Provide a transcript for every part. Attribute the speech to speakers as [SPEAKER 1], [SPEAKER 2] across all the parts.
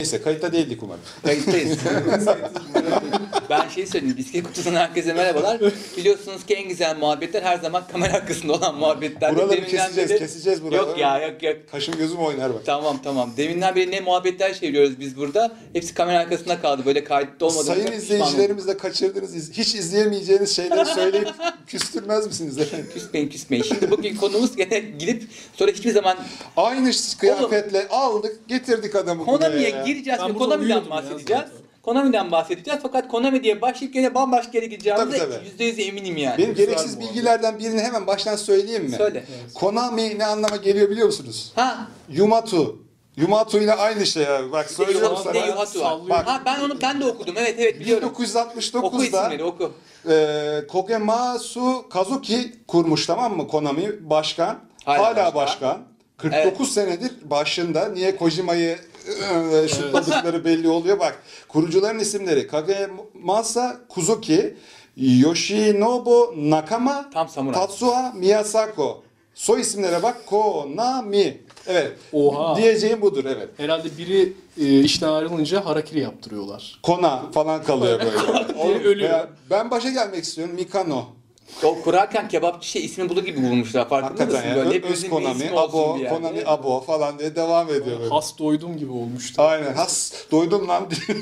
[SPEAKER 1] Neyse kayıtta değildik umarım.
[SPEAKER 2] Kayıttayız. ben şey söyleyeyim, bisiklet kutusundan herkese merhabalar. Biliyorsunuz ki en güzel muhabbetler her zaman kamera arkasında olan muhabbetler.
[SPEAKER 1] Buraları keseceğiz, keseceğiz buraları.
[SPEAKER 2] Yok ya, yok yok.
[SPEAKER 1] Kaşım gözüm oynar bak.
[SPEAKER 2] Tamam tamam. Deminden beri ne muhabbetler çeviriyoruz biz burada. Hepsi kamera arkasında kaldı. Böyle kayıtta olmadı.
[SPEAKER 1] Sayın izleyicilerimiz de kaçırdığınız, iz- hiç izleyemeyeceğiniz şeyleri söyleyip küstürmez misiniz? efendim?
[SPEAKER 2] Küsmeyin küsmeyin. Şimdi bugün konumuz gene gidip sonra hiçbir zaman
[SPEAKER 1] Aynı kıyafetle aldık, getirdik adamı buraya
[SPEAKER 2] Konami'ye
[SPEAKER 1] ya.
[SPEAKER 2] gireceğiz
[SPEAKER 3] Ben
[SPEAKER 2] ve
[SPEAKER 3] burada
[SPEAKER 2] Konami'den
[SPEAKER 3] uyuyordum ya
[SPEAKER 2] bahsedeceğiz.
[SPEAKER 3] zaten.
[SPEAKER 2] Konami'den bahsedeceğiz fakat Konami diye başlayıp gene bambaşka yere gideceğimize
[SPEAKER 1] Tabii, tabii.
[SPEAKER 2] %100 eminim yani.
[SPEAKER 1] Benim gereksiz
[SPEAKER 3] Güzel bu
[SPEAKER 1] bilgilerden birini hemen baştan söyleyeyim mi?
[SPEAKER 2] Söyle.
[SPEAKER 1] Konami ne anlama geliyor biliyor musunuz?
[SPEAKER 2] Ha
[SPEAKER 1] Yumatu. Yumatu ile aynı şey abi. Bak söylüyorum
[SPEAKER 2] Yuhatu-
[SPEAKER 1] sana.
[SPEAKER 2] ne Yuhatu var.
[SPEAKER 1] Bak.
[SPEAKER 2] Ha ben onu ben de okudum. Evet evet biliyorum. Oku
[SPEAKER 1] 1969'da
[SPEAKER 2] isimleri oku.
[SPEAKER 1] Ee, Kogemasu Kazuki kurmuş tamam mı Konami başkan. Hala, başkan.
[SPEAKER 2] Hala başkan.
[SPEAKER 1] 49 senedir başında. Niye Kojima'yı e, şutladıkları belli oluyor. Bak kurucuların isimleri Kagemasa Kuzuki, Yoshinobu Nakama,
[SPEAKER 2] Tam samuray.
[SPEAKER 1] Tatsuha Miyasako. Soy isimlere bak Konami. Evet.
[SPEAKER 3] Oha.
[SPEAKER 1] Diyeceğim budur evet.
[SPEAKER 3] Herhalde biri e, işten ayrılınca harakiri yaptırıyorlar.
[SPEAKER 1] Kona falan kalıyor böyle. Oğlum,
[SPEAKER 3] Ölüyor.
[SPEAKER 1] ya Ben başa gelmek istiyorum. Mikano.
[SPEAKER 2] O kurarken kebapçı şey ismi bulur gibi bulmuşlar. Farkında
[SPEAKER 1] Hakikaten
[SPEAKER 2] mısın?
[SPEAKER 1] ya.
[SPEAKER 2] Böyle
[SPEAKER 1] Ö- Öz
[SPEAKER 2] hepimizin bir
[SPEAKER 1] Konami,
[SPEAKER 2] ismi
[SPEAKER 1] Abo,
[SPEAKER 2] olsun bir yerde.
[SPEAKER 1] Konami, Abo falan diye devam ediyor böyle.
[SPEAKER 3] Has doydum gibi olmuştu.
[SPEAKER 1] Aynen. Has doydum lan diye.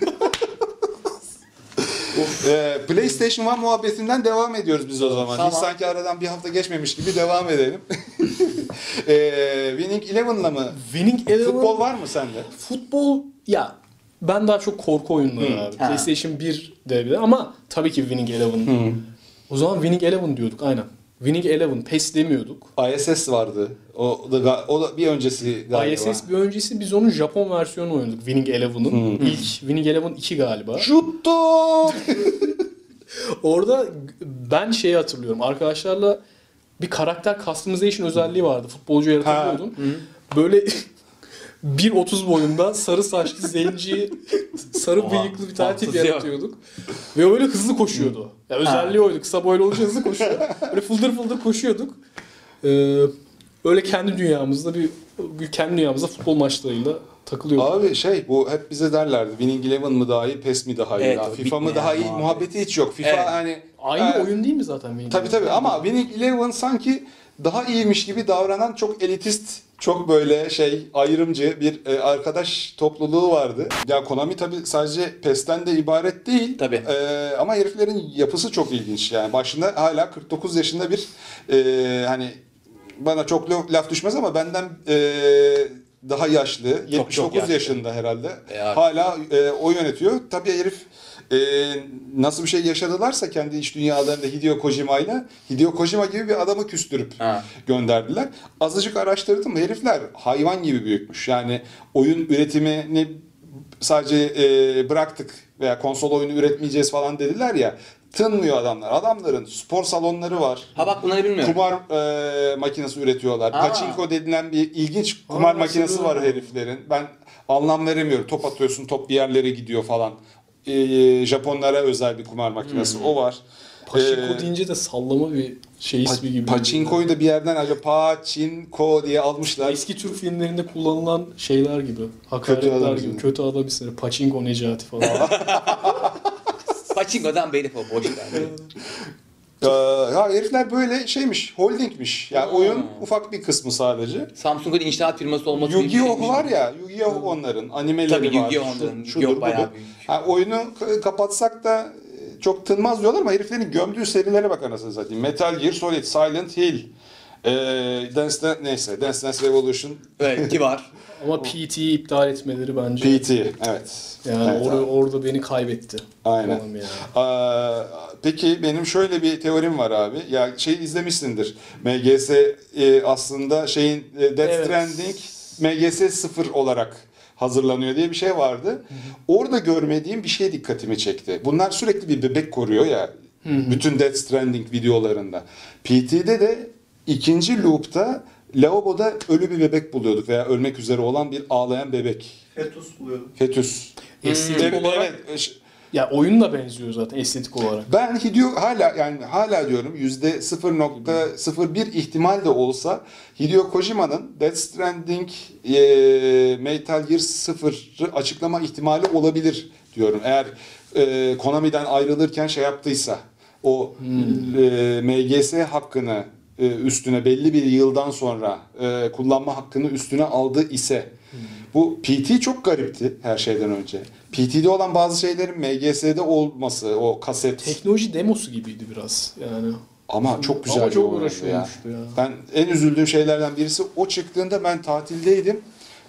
[SPEAKER 1] Ee, PlayStation 1 muhabbetinden devam ediyoruz biz o zaman.
[SPEAKER 2] Tamam.
[SPEAKER 1] Hiç sanki aradan bir hafta geçmemiş gibi devam edelim. ee, Winning Eleven'la mı?
[SPEAKER 3] Winning Eleven
[SPEAKER 1] Futbol var mı sende?
[SPEAKER 3] futbol ya ben daha çok korku oyunları abi.
[SPEAKER 2] Ha.
[SPEAKER 3] PlayStation 1 de bir de ama tabii ki Winning Eleven. O zaman Winning Eleven diyorduk aynen. Winning Eleven PES demiyorduk.
[SPEAKER 1] ISS vardı. O da, ga- o da bir öncesi galiba.
[SPEAKER 3] ISS bir öncesi biz onun Japon versiyonu oynadık Winning Eleven'ın. İlk Winning Eleven 2 galiba.
[SPEAKER 1] Şuttu!
[SPEAKER 3] Orada ben şeyi hatırlıyorum. Arkadaşlarla bir karakter customization özelliği vardı. Futbolcu yaratabiliyordun. Böyle 1.30 boyunda sarı saçlı zenci, sarı
[SPEAKER 2] Oha,
[SPEAKER 3] bıyıklı bir tane tip
[SPEAKER 2] fantezi yok.
[SPEAKER 3] yaratıyorduk. Ve öyle hızlı koşuyordu. Ya özelliği oydu. Kısa boylu olunca hızlı koşuyor. Böyle fıldır fıldır koşuyorduk. Ee, öyle kendi dünyamızda bir, bir kendi dünyamızda futbol maçlarıyla takılıyorduk.
[SPEAKER 1] Abi şey bu hep bize derlerdi Winning Eleven mı daha iyi, PES mi daha iyi,
[SPEAKER 2] Evet,
[SPEAKER 1] ya,
[SPEAKER 2] o
[SPEAKER 1] FIFA mı
[SPEAKER 2] bitmeyen
[SPEAKER 1] daha iyi
[SPEAKER 2] muhabbet.
[SPEAKER 1] muhabbeti hiç yok. FIFA
[SPEAKER 2] Evet.
[SPEAKER 1] hani
[SPEAKER 3] Aynı
[SPEAKER 1] e,
[SPEAKER 3] oyun değil mi zaten? Winning
[SPEAKER 1] Tabii
[SPEAKER 3] Eleven?
[SPEAKER 1] tabii ama Winning Eleven sanki daha iyiymiş gibi davranan çok elitist, çok böyle şey ayrımcı bir e, arkadaş topluluğu vardı. Ya Konami tabii sadece PES'ten de ibaret değil.
[SPEAKER 2] Tabii.
[SPEAKER 1] E, ama heriflerin yapısı çok ilginç yani. Başında hala 49 yaşında bir e, hani bana çok lo- laf düşmez ama benden e, daha yaşlı, 79
[SPEAKER 2] yaşlı.
[SPEAKER 1] yaşında herhalde.
[SPEAKER 2] E, abi.
[SPEAKER 1] Hala e, o yönetiyor. Tabii herif e, nasıl bir şey yaşadılarsa kendi iç dünyalarında Hideo Kojima'yla Hideo Kojima gibi bir adamı küstürüp
[SPEAKER 2] Ha.
[SPEAKER 1] gönderdiler. Azıcık araştırdım. Herifler hayvan gibi büyükmüş. Yani oyun üretimini sadece e, bıraktık veya konsol oyunu üretmeyeceğiz falan dediler ya. Tınmıyor adamlar. Adamların spor salonları var.
[SPEAKER 2] Ha bak bunları bilmiyorum.
[SPEAKER 1] Kumar e, makinesi üretiyorlar.
[SPEAKER 2] Aa.
[SPEAKER 1] Pachinko denilen bir ilginç kumar
[SPEAKER 3] Aa,
[SPEAKER 1] makinesi var
[SPEAKER 3] hatırlıyorum.
[SPEAKER 1] heriflerin. Ben anlam veremiyorum. Top atıyorsun, top bir yerlere gidiyor falan. E, Japonlara özel bir kumar makinesi. O var.
[SPEAKER 3] Paşinko
[SPEAKER 1] E,
[SPEAKER 3] deyince de sallama bir şey
[SPEAKER 1] pa-
[SPEAKER 3] ismi gibi.
[SPEAKER 1] Pachinko'yu da bir yerden acaba Pachinko diye almışlar.
[SPEAKER 3] Eski Türk filmlerinde kullanılan şeyler gibi.
[SPEAKER 1] Kötü adam
[SPEAKER 3] Hakaretler gibi.
[SPEAKER 1] ismi.
[SPEAKER 3] Kötü adam isimleri. Pachinko Necati falan.
[SPEAKER 2] Pachinko'dan beri o boş ver.
[SPEAKER 1] E, ya herifler böyle şeymiş, holdingmiş. Yani
[SPEAKER 2] Aa.
[SPEAKER 1] oyun ufak bir kısmı sadece.
[SPEAKER 2] Samsung'un inşaat firması olması gibi bir şey
[SPEAKER 1] Yu-Gi-Oh
[SPEAKER 2] değil.
[SPEAKER 1] var ya, Yu-Gi-Oh onların animeleri
[SPEAKER 2] Tabii
[SPEAKER 1] var.
[SPEAKER 2] Yu-Gi-Oh
[SPEAKER 1] şu-
[SPEAKER 2] onların.
[SPEAKER 1] şudur,
[SPEAKER 2] Yu-Gi-Oh bayağı
[SPEAKER 1] budur.
[SPEAKER 2] büyük.
[SPEAKER 1] Ha, oyunu k- kapatsak da e, çok tınmaz diyorlar ama heriflerin gömdüğü serilere bak anasını satayım. Metal Gear Solid, Silent Hill, e, Dance Dance, neyse Dance Dance Revolution,
[SPEAKER 2] Evet ki var.
[SPEAKER 3] Ama PT'yi iptal etmeleri bence.
[SPEAKER 1] PT. Evet.
[SPEAKER 3] Yani
[SPEAKER 1] Evet, abi.
[SPEAKER 3] or- orada beni kaybetti.
[SPEAKER 1] Aynen.
[SPEAKER 3] Tamam yani.
[SPEAKER 1] Aa, peki benim şöyle bir teorim var abi. Ya şey izlemişsindir. MGS e, aslında şeyin e, Death
[SPEAKER 3] Evet.
[SPEAKER 1] Stranding MGS 0 olarak hazırlanıyor diye bir şey vardı. Orada görmediğim bir şey dikkatimi çekti. Bunlar sürekli bir bebek koruyor ya bütün Death Stranding videolarında. PT'de de ikinci loop'ta lavaboda ölü bir bebek buluyorduk veya ölmek üzere olan bir ağlayan bebek.
[SPEAKER 4] Fetus buluyordu.
[SPEAKER 1] Fetüs.
[SPEAKER 3] Estetik
[SPEAKER 1] Evet,
[SPEAKER 3] olarak
[SPEAKER 1] evet.
[SPEAKER 3] Ya oyun da benziyor zaten estetik olarak.
[SPEAKER 1] Ben Hideo hala yani hala diyorum yüzde %0.01 ihtimal de olsa Hideo Kojima'nın Death Stranding e, Metal Gear 0'ı açıklama ihtimali olabilir diyorum. Eğer e, Konami'den ayrılırken şey yaptıysa o e, MGS hakkını e, üstüne belli bir yıldan sonra e, kullanma hakkını üstüne aldı ise bu PT çok garipti her şeyden önce. PT'de olan bazı şeylerin MGS'de olması, o kaset
[SPEAKER 3] Teknoloji demosu gibiydi biraz yani.
[SPEAKER 1] ama çok güzel
[SPEAKER 3] Ama
[SPEAKER 1] bir
[SPEAKER 3] çok
[SPEAKER 1] oyundu ya.
[SPEAKER 3] uğraşılmıştı ya.
[SPEAKER 1] Ben en üzüldüğüm şeylerden birisi o çıktığında ben tatildeydim.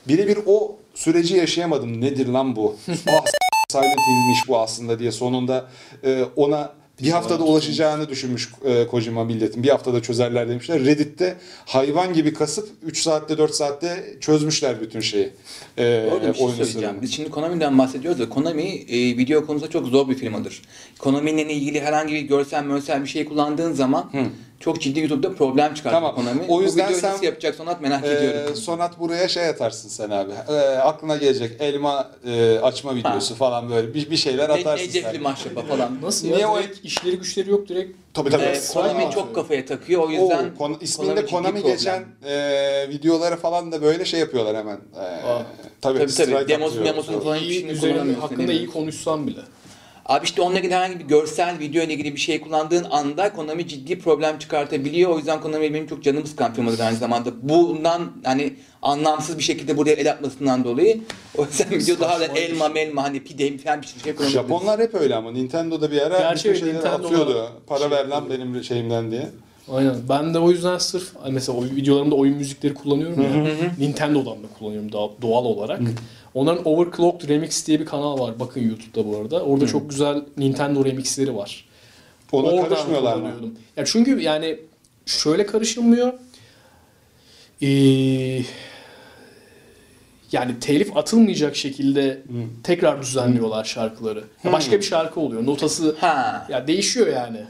[SPEAKER 1] Birebir o süreci yaşayamadım. Nedir lan bu? ah s- Silent Hill'miş bu aslında diye sonunda e, ona bir haftada ulaşacağını düşünmüş e, Kojima milletin. Bir haftada çözerler demişler. Reddit'te hayvan gibi kasıp 3 saatte 4 saatte çözmüşler bütün şeyi. E,
[SPEAKER 2] Orada bir şey
[SPEAKER 1] oyunu
[SPEAKER 2] söyleyeceğim.
[SPEAKER 1] sürümünü.
[SPEAKER 2] Biz şimdi Konami'den bahsediyoruz da Konami e, video konusunda çok zor bir firmadır. Konami'nin ilgili herhangi bir görsel mörsel bir şey kullandığın zaman çok ciddi YouTube'da problem çıkartır
[SPEAKER 1] Tamam.
[SPEAKER 2] Konami.
[SPEAKER 1] O yüzden
[SPEAKER 2] Bu videoyu
[SPEAKER 1] sen-
[SPEAKER 2] nasıl yapacak sonat merak
[SPEAKER 1] Ee,
[SPEAKER 2] ediyorum.
[SPEAKER 1] sonat buraya şey atarsın sen abi. Ee, aklına gelecek elma e, açma videosu falan böyle bir, bir şeyler
[SPEAKER 2] Ne,
[SPEAKER 1] atarsın
[SPEAKER 2] Necefli
[SPEAKER 1] sen.
[SPEAKER 2] maşrapa falan.
[SPEAKER 3] Nasıl
[SPEAKER 1] Niye
[SPEAKER 3] ya?
[SPEAKER 1] o-
[SPEAKER 3] Direkt işleri güçleri yok direkt.
[SPEAKER 1] Tabii tabii.
[SPEAKER 2] Ee, Konami
[SPEAKER 1] Aa.
[SPEAKER 2] çok kafaya takıyor o yüzden
[SPEAKER 1] Oo, kon- isminde
[SPEAKER 2] ciddi
[SPEAKER 1] Konami
[SPEAKER 2] problem.
[SPEAKER 1] geçen e, videolara falan da böyle şey yapıyorlar hemen. E,
[SPEAKER 3] Aa.
[SPEAKER 1] tabii
[SPEAKER 2] Tabii, tabii.
[SPEAKER 1] strike
[SPEAKER 2] Demos-
[SPEAKER 1] atıyor.
[SPEAKER 2] demosunu falan- Ulan
[SPEAKER 3] iyi
[SPEAKER 2] hiçbirini
[SPEAKER 3] üzerine
[SPEAKER 2] kullanamıyorsun,
[SPEAKER 3] hakkında
[SPEAKER 2] değil mi?
[SPEAKER 3] iyi konuşsam bile.
[SPEAKER 2] Abi işte onunla ilgili herhangi bir görsel video ile ilgili bir şey kullandığın anda Konami ciddi problem çıkartabiliyor. O yüzden Konami benim çok canımı sıkan firmadır aynı zamanda. Bundan hani anlamsız bir şekilde buraya el atmasından dolayı. O yüzden video daha da
[SPEAKER 3] Saçma bir
[SPEAKER 2] elma melma hani pide falan bir şey kullanabilir.
[SPEAKER 1] Japonlar hep öyle ama Nintendo'da bir ara
[SPEAKER 3] Gerçi
[SPEAKER 1] bütün şeyleri
[SPEAKER 3] Nintendo
[SPEAKER 1] atıyordu.
[SPEAKER 3] olarak
[SPEAKER 1] Para
[SPEAKER 3] şey
[SPEAKER 1] ver lan benim şeyimden diye.
[SPEAKER 3] Aynen. Ben de o yüzden sırf hani mesela oyun videolarımda oyun müzikleri kullanıyorum ya. Nintendo'dan da kullanıyorum doğ- doğal olarak. Onların Overclocked Remix diye bir kanal var. Bakın YouTube'da bu arada. Orada çok güzel Nintendo remixleri var.
[SPEAKER 1] Ona
[SPEAKER 3] Oradan
[SPEAKER 1] karışmıyorlar mı?
[SPEAKER 3] kullanıyordum. Ya çünkü yani şöyle karışılmıyor. Ee, yani telif atılmayacak şekilde tekrar düzenliyorlar şarkıları. Ya başka bir şarkı oluyor. Notası
[SPEAKER 2] Ha.
[SPEAKER 3] ya değişiyor yani.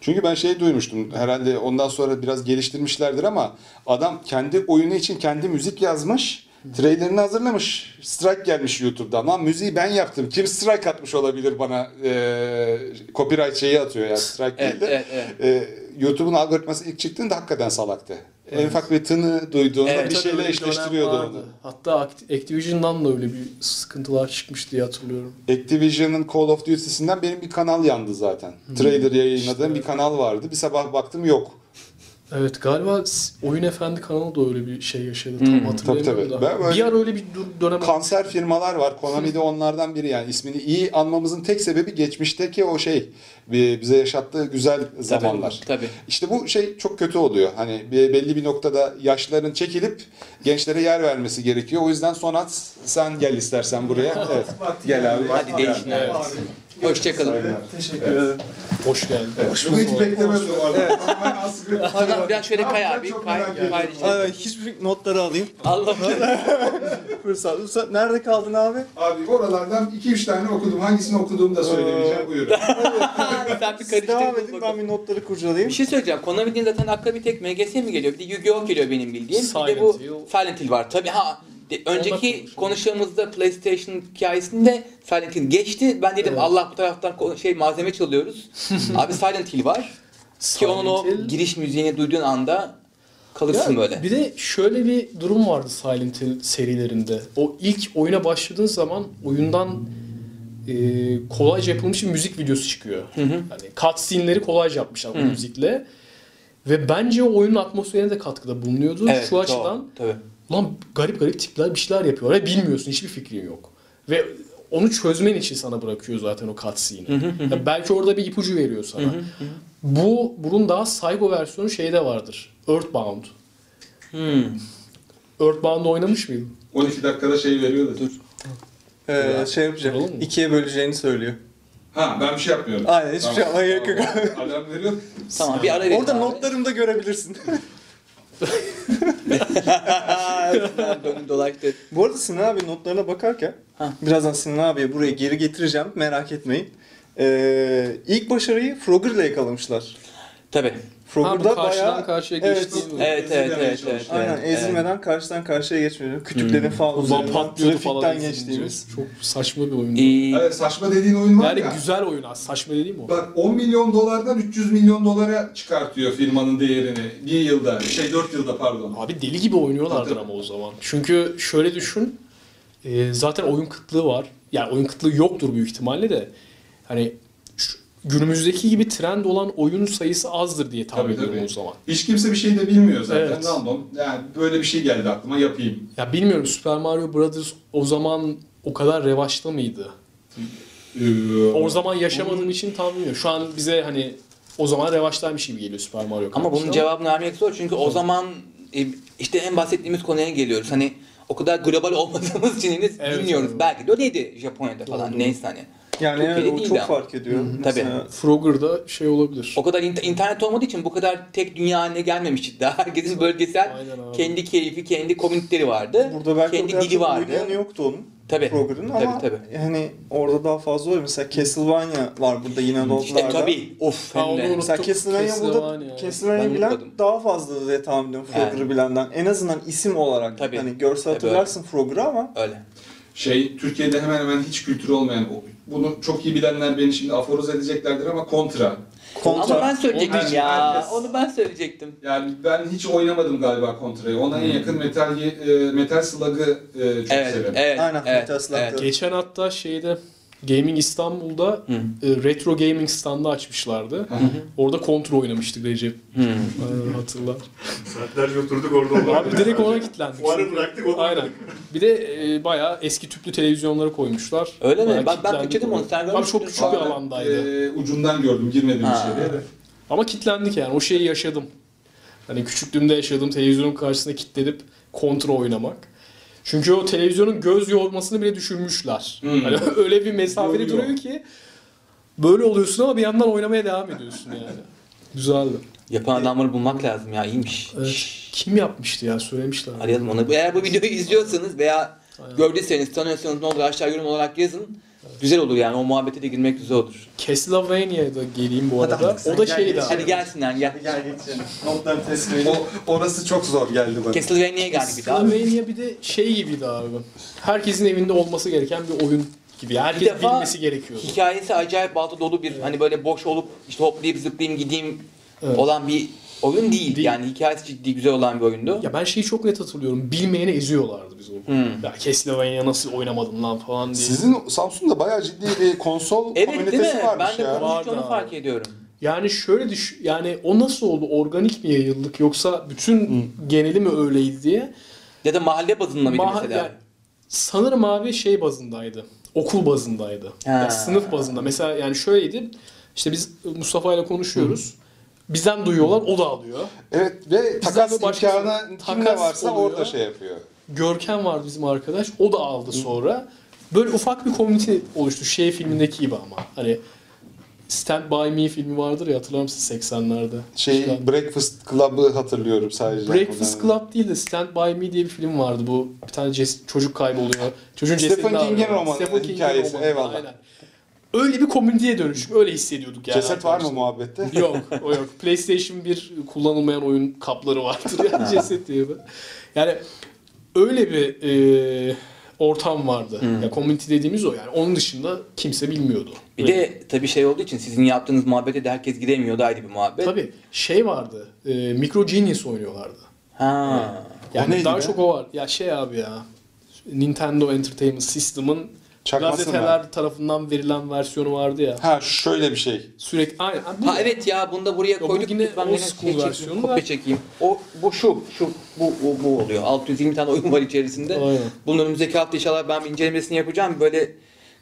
[SPEAKER 1] Çünkü ben şey duymuştum. Herhalde ondan sonra biraz geliştirmişlerdir ama adam kendi oyunu için kendi müzik yazmış. Trailerini hazırlamış. Strike gelmiş YouTube'dan. Lan müziği ben yaptım. Kim strike atmış olabilir bana? Ee, copyright şeyi atıyor yani strike
[SPEAKER 2] Evet,
[SPEAKER 1] değil de.
[SPEAKER 2] evet, evet.
[SPEAKER 1] Ee, YouTube'un algoritması ilk çıktığında hakikaten salaktı. En ufak bir tını duyduğunda
[SPEAKER 2] Evet,
[SPEAKER 1] bir
[SPEAKER 3] Tabii
[SPEAKER 1] şeyle
[SPEAKER 3] öyle bir dönem
[SPEAKER 1] eşleştiriyordu
[SPEAKER 3] vardı.
[SPEAKER 1] onu.
[SPEAKER 3] Hatta Act- Activision'dan da öyle bir sıkıntılar çıkmış diye hatırlıyorum.
[SPEAKER 1] Activision'ın Call of Duty'sinden benim bir kanal yandı zaten. Trailer yayınladığım bir kanal vardı. Bir sabah baktım yok.
[SPEAKER 3] Evet galiba s- Oyun Efendi kanalı da öyle bir şey yaşadı. Tam
[SPEAKER 2] Hmm.
[SPEAKER 3] hatırlayamıyorum
[SPEAKER 1] Tabii, tabii.
[SPEAKER 3] da.
[SPEAKER 1] Ben böyle-
[SPEAKER 3] Bir ara öyle bir dur- dönem
[SPEAKER 1] kanser firmalar var. Konami de onlardan biri yani. ismini iyi anmamızın tek sebebi geçmişteki o şey. bi- Bize yaşattığı güzel zamanlar.
[SPEAKER 2] Tabii.
[SPEAKER 1] İşte bu şey çok kötü oluyor. Hani bir- belli bir noktada yaşların çekilip gençlere yer vermesi gerekiyor. O yüzden Sonat sen gel istersen buraya. Evet. Gel abi.
[SPEAKER 2] Hadi değişin abi. Hoşçakalın.
[SPEAKER 4] Teşekkür ederim.
[SPEAKER 3] hoş geldi. Hoş
[SPEAKER 4] Bunu hiç beklemezdim bu arada.
[SPEAKER 2] Sonat biraz şöyle kay abi.
[SPEAKER 4] Çok merak
[SPEAKER 2] Kay, kay diyeceğim.
[SPEAKER 5] Ay, hiçbir notları alayım.
[SPEAKER 2] Allah'ım.
[SPEAKER 5] Fırsat. fırsat. Nerede kaldın abi?
[SPEAKER 4] Abi oralardan 2-3 tane okudum. Hangisini okuduğumu da
[SPEAKER 1] Ee,
[SPEAKER 4] söylemeyeceğim. Buyurun.
[SPEAKER 2] Sen bir
[SPEAKER 5] Siz devam edin
[SPEAKER 2] karıştırdın
[SPEAKER 5] ben
[SPEAKER 2] bakalım.
[SPEAKER 5] bir notları kurcalayayım.
[SPEAKER 2] Bir şey söyleyeceğim. Konami'nin zaten akla bir tek MGS mi geliyor? Bir de Yu-Gi-Oh geliyor benim bildiğim. bir
[SPEAKER 3] Silent
[SPEAKER 2] de bu
[SPEAKER 3] Hill.
[SPEAKER 2] Silent Hill var. Tabii ha. de- önceki
[SPEAKER 3] konuşalım.
[SPEAKER 2] konuşmamızda PlayStation hikayesinde Silent Hill geçti. Ben dedim
[SPEAKER 3] Evet.
[SPEAKER 2] Allah bu taraftan ko- şey malzeme çalıyoruz. Abi Silent Hill var. Ki onun o giriş müziğini duyduğun anda kalırsın böyle.
[SPEAKER 3] Bir de şöyle bir durum vardı Silent Hill serilerinde. O ilk oyuna başladığın zaman oyundan e, kolayca yapılmış bir müzik videosu çıkıyor. Hani cutscene'leri kolayca yapmışlar o müzikle. Ve bence o oyunun atmosferine de katkıda bulunuyordu.
[SPEAKER 2] Evet,
[SPEAKER 3] Şu
[SPEAKER 2] doğru.
[SPEAKER 3] açıdan
[SPEAKER 2] Tabii.
[SPEAKER 3] Ulan garip garip tipler bir şeyler yapıyorlar ve bilmiyorsun hiçbir fikrin yok. Ve onu çözmen için sana bırakıyor zaten o cutscene'i. Ya belki orada bir ipucu veriyor sana. Bu bunun daha psycho versiyonu şeyde vardır. Earthbound.
[SPEAKER 2] Hmm.
[SPEAKER 3] Earthbound'u oynamış mıydın?
[SPEAKER 4] 12 dakikada şey veriyordu. Dur.
[SPEAKER 5] Ee, şey yapacağım.
[SPEAKER 3] Kuralım mı?
[SPEAKER 5] İkiye böleceğini söylüyor.
[SPEAKER 4] Ha ben bir şey yapmıyorum.
[SPEAKER 5] Aynen, hiçbir şey yapmaya gerek yok.
[SPEAKER 4] Tamam. Adam veriyor.
[SPEAKER 2] Tamam bir ara verin
[SPEAKER 5] Orada
[SPEAKER 2] abi.
[SPEAKER 5] notlarımı da görebilirsin.
[SPEAKER 2] Dönün dolaştı.
[SPEAKER 5] Bu arada Sinan abi notlarına bakarken
[SPEAKER 2] Ha.
[SPEAKER 5] birazdan Sinan abiye buraya geri getireceğim merak etmeyin. Ee, ilk başarıyı Frogger'la yakalamışlar.
[SPEAKER 2] Tabii.
[SPEAKER 3] Ha, bu
[SPEAKER 5] Frogger'da
[SPEAKER 3] karşıdan
[SPEAKER 5] bayağı
[SPEAKER 3] karşıya
[SPEAKER 5] Evet.
[SPEAKER 3] geçtiği bu.
[SPEAKER 2] Evet evet
[SPEAKER 4] Ezilmemeye
[SPEAKER 2] evet. evet,
[SPEAKER 4] çalışıyor.
[SPEAKER 5] aynen
[SPEAKER 2] evet.
[SPEAKER 5] ezilmeden karşıdan karşıya geçmiyor. Kütüklerin
[SPEAKER 3] O
[SPEAKER 5] falan
[SPEAKER 3] zaman
[SPEAKER 5] üzerinden,
[SPEAKER 3] Hmm. patlıyordu
[SPEAKER 5] trafikten
[SPEAKER 3] falan.
[SPEAKER 5] geçtiğimiz.
[SPEAKER 3] Çok saçma bir oyun.
[SPEAKER 2] Ee,
[SPEAKER 4] Evet, saçma dediğin oyun var
[SPEAKER 3] Yani
[SPEAKER 4] ya.
[SPEAKER 3] güzel oyun aslında. Saçma dediğim o.
[SPEAKER 4] Bak 10 milyon dolardan 300 milyon dolara çıkartıyor firmanın değerini. Bir yılda, şey 4 yılda pardon.
[SPEAKER 3] Abi deli gibi oynuyorlardır
[SPEAKER 4] Tabii.
[SPEAKER 3] ama o zaman. Çünkü şöyle düşün. e, zaten oyun kıtlığı var. Yani oyun kıtlığı yoktur büyük ihtimalle de. Hani şu- günümüzdeki gibi trend olan oyun sayısı azdır diye tahmin
[SPEAKER 4] Tabii, tabii.
[SPEAKER 3] ediyorum o zaman.
[SPEAKER 4] Hiç kimse bir şey de bilmiyor zaten.
[SPEAKER 3] Evet.
[SPEAKER 4] Random. Yani böyle bir şey geldi aklıma yapayım.
[SPEAKER 3] Ya bilmiyorum Super Mario Brothers o zaman o kadar revaçta mıydı?
[SPEAKER 4] Ee,
[SPEAKER 3] O zaman yaşamadığım için tam bilmiyorum. Şu an bize hani o zaman revaçtaymış gibi geliyor Super Mario
[SPEAKER 2] Ama
[SPEAKER 3] kardeşler.
[SPEAKER 2] bunun cevabını vermek zor çünkü o zaman e, işte en bahsettiğimiz konuya geliyoruz. Hani o kadar global olmadığımız için henüz
[SPEAKER 3] Evet,
[SPEAKER 2] bilmiyoruz.
[SPEAKER 3] evet.
[SPEAKER 2] Belki de öyleydi Japonya'da falan
[SPEAKER 3] Doğru.
[SPEAKER 2] neyse hani.
[SPEAKER 5] Yani
[SPEAKER 2] Türkiye'de
[SPEAKER 5] evet o
[SPEAKER 2] değil
[SPEAKER 5] çok
[SPEAKER 2] ama.
[SPEAKER 5] fark ediyor.
[SPEAKER 2] tabii.
[SPEAKER 5] Mesela
[SPEAKER 3] Frogger'da şey olabilir.
[SPEAKER 2] O kadar in- internet olmadığı için bu kadar tek dünya haline gelmemişti daha. Herkesin bölgesel
[SPEAKER 3] Aynen abi.
[SPEAKER 2] kendi keyfi, kendi komüniteleri vardı.
[SPEAKER 5] Burada belki
[SPEAKER 2] kendi
[SPEAKER 5] o kadar
[SPEAKER 2] dili
[SPEAKER 5] çok
[SPEAKER 2] vardı.
[SPEAKER 5] oynayanı yoktu onun.
[SPEAKER 2] Tabii.
[SPEAKER 5] Frogger'ın ama
[SPEAKER 2] Tabii, tabii.
[SPEAKER 5] hani orada daha fazla oluyor. Mesela Castlevania var burada yine Lord'larda.
[SPEAKER 2] İşte Hmm, tabii. Of
[SPEAKER 3] Ha,
[SPEAKER 2] hem de.
[SPEAKER 3] onu
[SPEAKER 5] Mesela
[SPEAKER 3] Unuttum.
[SPEAKER 5] Castlevania
[SPEAKER 3] Castlevania.
[SPEAKER 5] burada
[SPEAKER 2] Ben
[SPEAKER 5] Castlevania bilen
[SPEAKER 2] unutmadım.
[SPEAKER 5] daha fazla diye tahmin ediyorum Frogger'ı
[SPEAKER 2] Yani.
[SPEAKER 5] bilenden. En azından isim olarak.
[SPEAKER 2] Tabii.
[SPEAKER 5] Hani görsel
[SPEAKER 2] Tabii
[SPEAKER 5] hatırlarsın Frogger'ı ama
[SPEAKER 2] Öyle.
[SPEAKER 4] Şey Türkiye'de hemen hemen hiç kültürü olmayan, bunu çok iyi bilenler beni şimdi aforoz edeceklerdir ama kontra.
[SPEAKER 5] kontra.
[SPEAKER 2] Ama ben söyleyecektim
[SPEAKER 4] Onu-
[SPEAKER 2] ya.
[SPEAKER 4] Herkes-
[SPEAKER 2] Onu ben söyleyecektim.
[SPEAKER 4] Yani ben hiç oynamadım galiba kontrayı. Ona en yakın metal e, metal slug'ı e, çok
[SPEAKER 2] Evet,
[SPEAKER 4] severim.
[SPEAKER 2] evet.
[SPEAKER 5] Aynen,
[SPEAKER 2] evet,
[SPEAKER 5] Metal Slug'da.
[SPEAKER 2] evet.
[SPEAKER 3] Geçen hatta şeyde Gaming İstanbul'da
[SPEAKER 2] Hı.
[SPEAKER 3] e, retro gaming standı açmışlardı.
[SPEAKER 4] Hı hı.
[SPEAKER 3] Orada kontrol oynamıştık Recep.
[SPEAKER 2] Hı.
[SPEAKER 3] Ee, hatırla.
[SPEAKER 6] Saatlerce oturduk orada oldu.
[SPEAKER 3] Abi direkt ona kilitlendik.
[SPEAKER 6] Fuarı bıraktık onu.
[SPEAKER 3] Aynen. Bir de e, bayağı eski tüplü televizyonları koymuşlar.
[SPEAKER 2] Öyle mi?
[SPEAKER 3] Bayağı
[SPEAKER 2] Bak ben
[SPEAKER 3] kilitlendik
[SPEAKER 2] kaçırdım onu.
[SPEAKER 3] orada.
[SPEAKER 2] Sen
[SPEAKER 3] Abi çok
[SPEAKER 2] görmüştün.
[SPEAKER 3] küçük bir
[SPEAKER 4] Aa, ben,
[SPEAKER 3] alandaydı.
[SPEAKER 4] e, ucundan gördüm, girmedim
[SPEAKER 2] Ha.
[SPEAKER 4] içeriye de.
[SPEAKER 3] Ama kilitlendik yani. O şeyi yaşadım. Hani küçüklüğümde yaşadığım televizyonun karşısına kilitlenip kontra oynamak. Çünkü o televizyonun göz yormasını bile düşünmüşler.
[SPEAKER 4] Hmm.
[SPEAKER 3] Hani öyle bir mesafede
[SPEAKER 4] Yoruyor.
[SPEAKER 3] duruyor ki böyle oluyorsun ama bir yandan oynamaya devam ediyorsun yani. Güzeldi.
[SPEAKER 2] Yapan adamları bulmak lazım ya. iyiymiş. Şşş.
[SPEAKER 3] Kim yapmıştı ya? Söylemişler.
[SPEAKER 2] Arayalım onu. Eğer bu videoyu izliyorsanız veya
[SPEAKER 3] Aynen.
[SPEAKER 2] gördüyseniz, tanıyorsanız ne olur aşağı yorum olarak yazın. Güzel olur yani. O muhabbete de girmek güzel olur.
[SPEAKER 3] Castlevania'ya da geleyim bu
[SPEAKER 5] Hadi
[SPEAKER 3] arada.
[SPEAKER 5] hadi sen
[SPEAKER 3] o da
[SPEAKER 5] gel
[SPEAKER 3] şeydi
[SPEAKER 5] geç.
[SPEAKER 2] Hadi
[SPEAKER 3] abi.
[SPEAKER 2] gelsinler gel.
[SPEAKER 5] Gel geçelim. Notları teslim
[SPEAKER 1] O,
[SPEAKER 5] edelim.
[SPEAKER 1] orası çok zor geldi bana.
[SPEAKER 2] Castlevania'ya geldik bir daha.
[SPEAKER 3] Castlevania bir de şey gibiydi abi. Herkesin evinde olması gereken bir oyun gibi. Herkes
[SPEAKER 2] defa-
[SPEAKER 3] bilmesi gerekiyordu.
[SPEAKER 2] Hikayesi acayip balta dolu bir hani böyle boş olup işte hoplayıp zıplayayım gideyim
[SPEAKER 3] Evet.
[SPEAKER 2] olan bir oyun değil.
[SPEAKER 3] Değil.
[SPEAKER 2] Yani hikayesi ciddi güzel olan bir oyundu.
[SPEAKER 3] Ya ben şeyi çok net hatırlıyorum. Bilmeyeni eziyorlardı biz orada.
[SPEAKER 2] Hmm.
[SPEAKER 3] Ya Castlevania nasıl oynamadım lan falan diye.
[SPEAKER 1] Sizin Samsun'da bayağı ciddi bir konsol
[SPEAKER 2] Evet değil
[SPEAKER 1] komünitesi
[SPEAKER 2] mi?
[SPEAKER 1] varmış
[SPEAKER 2] Ben de
[SPEAKER 1] ya.
[SPEAKER 2] konuşunca
[SPEAKER 3] Vardı
[SPEAKER 2] onu
[SPEAKER 3] abi.
[SPEAKER 2] fark ediyorum.
[SPEAKER 3] Yani şöyle düş yani o nasıl oldu? Organik mi yayıldık yoksa bütün
[SPEAKER 2] Hmm.
[SPEAKER 3] geneli mi öyleydi diye?
[SPEAKER 2] Ya da mahalle bazında mıydı
[SPEAKER 3] Maha-
[SPEAKER 2] mesela?
[SPEAKER 3] yani sanırım abi şey bazındaydı. Okul bazındaydı.
[SPEAKER 2] Ha.
[SPEAKER 3] Yani sınıf bazında. Mesela yani şöyleydi. İşte biz Mustafa ile konuşuyoruz. Bizden duyuyorlar, o da alıyor.
[SPEAKER 1] Evet ve takas
[SPEAKER 3] de başkası-
[SPEAKER 1] imkanı kimde
[SPEAKER 3] takas
[SPEAKER 1] varsa
[SPEAKER 3] oluyor.
[SPEAKER 1] orada şey yapıyor.
[SPEAKER 3] Görkem vardı bizim arkadaş. O da aldı sonra. Böyle ufak bir komünite oluştu. Şey filmindeki gibi ama. Hani Stand By Me filmi vardır ya hatırlar mısın 80'lerde?
[SPEAKER 1] Şey
[SPEAKER 3] İşte-
[SPEAKER 1] Breakfast Club'ı hatırlıyorum sadece.
[SPEAKER 3] Breakfast
[SPEAKER 1] Ondan.
[SPEAKER 3] Club değil de Stand By Me diye bir film vardı bu. Bir tane ces- çocuk kayboluyor. Çocuğun
[SPEAKER 1] Stephen
[SPEAKER 3] cesedini
[SPEAKER 1] King'in
[SPEAKER 3] arıyorlar.
[SPEAKER 1] romanı,
[SPEAKER 3] King'in
[SPEAKER 1] hikayesi,
[SPEAKER 3] romanı,
[SPEAKER 1] eyvallah.
[SPEAKER 3] aynen. Öyle bir komüniteye dönüşüp öyle hissediyorduk yani.
[SPEAKER 1] Ceset var mı
[SPEAKER 3] arkadaşlar.
[SPEAKER 1] muhabbette?
[SPEAKER 3] Yok, o yok. PlayStation 1 kullanılmayan oyun kapları vardır yani ceset diye. bir. Yani öyle bir e, ortam vardı. Ya community dediğimiz o yani. Onun dışında kimse bilmiyordu.
[SPEAKER 2] Bir
[SPEAKER 3] Öyle.
[SPEAKER 2] de tabii şey olduğu için sizin yaptığınız muhabbete de herkes giremiyordu ayrı bir muhabbet.
[SPEAKER 3] tabii şey vardı. E, Micro Genius oynuyorlardı.
[SPEAKER 2] Ha.
[SPEAKER 1] neydi
[SPEAKER 3] Yani daha
[SPEAKER 1] be?
[SPEAKER 3] çok o var. Ya şey abi ya. Nintendo Entertainment System'ın
[SPEAKER 1] Çakması mı?
[SPEAKER 3] gazeteler tarafından verilen versiyonu vardı ya.
[SPEAKER 1] Ha şöyle bir şey.
[SPEAKER 3] Sürekli aynen. bu
[SPEAKER 2] Ha
[SPEAKER 3] ya.
[SPEAKER 2] evet ya bunu da buraya
[SPEAKER 3] bu
[SPEAKER 2] koyduk.
[SPEAKER 3] yine
[SPEAKER 2] Lütfen
[SPEAKER 3] old
[SPEAKER 2] gene
[SPEAKER 3] school
[SPEAKER 2] şey çek-
[SPEAKER 3] versiyonu
[SPEAKER 2] kopya
[SPEAKER 3] da-
[SPEAKER 2] çekeyim. O bu şu şu bu bu, bu oluyor. 620 tane oyun var içerisinde.
[SPEAKER 3] Aynen.
[SPEAKER 2] Bunun önümüzdeki hafta inşallah ben bir incelemesini yapacağım. Böyle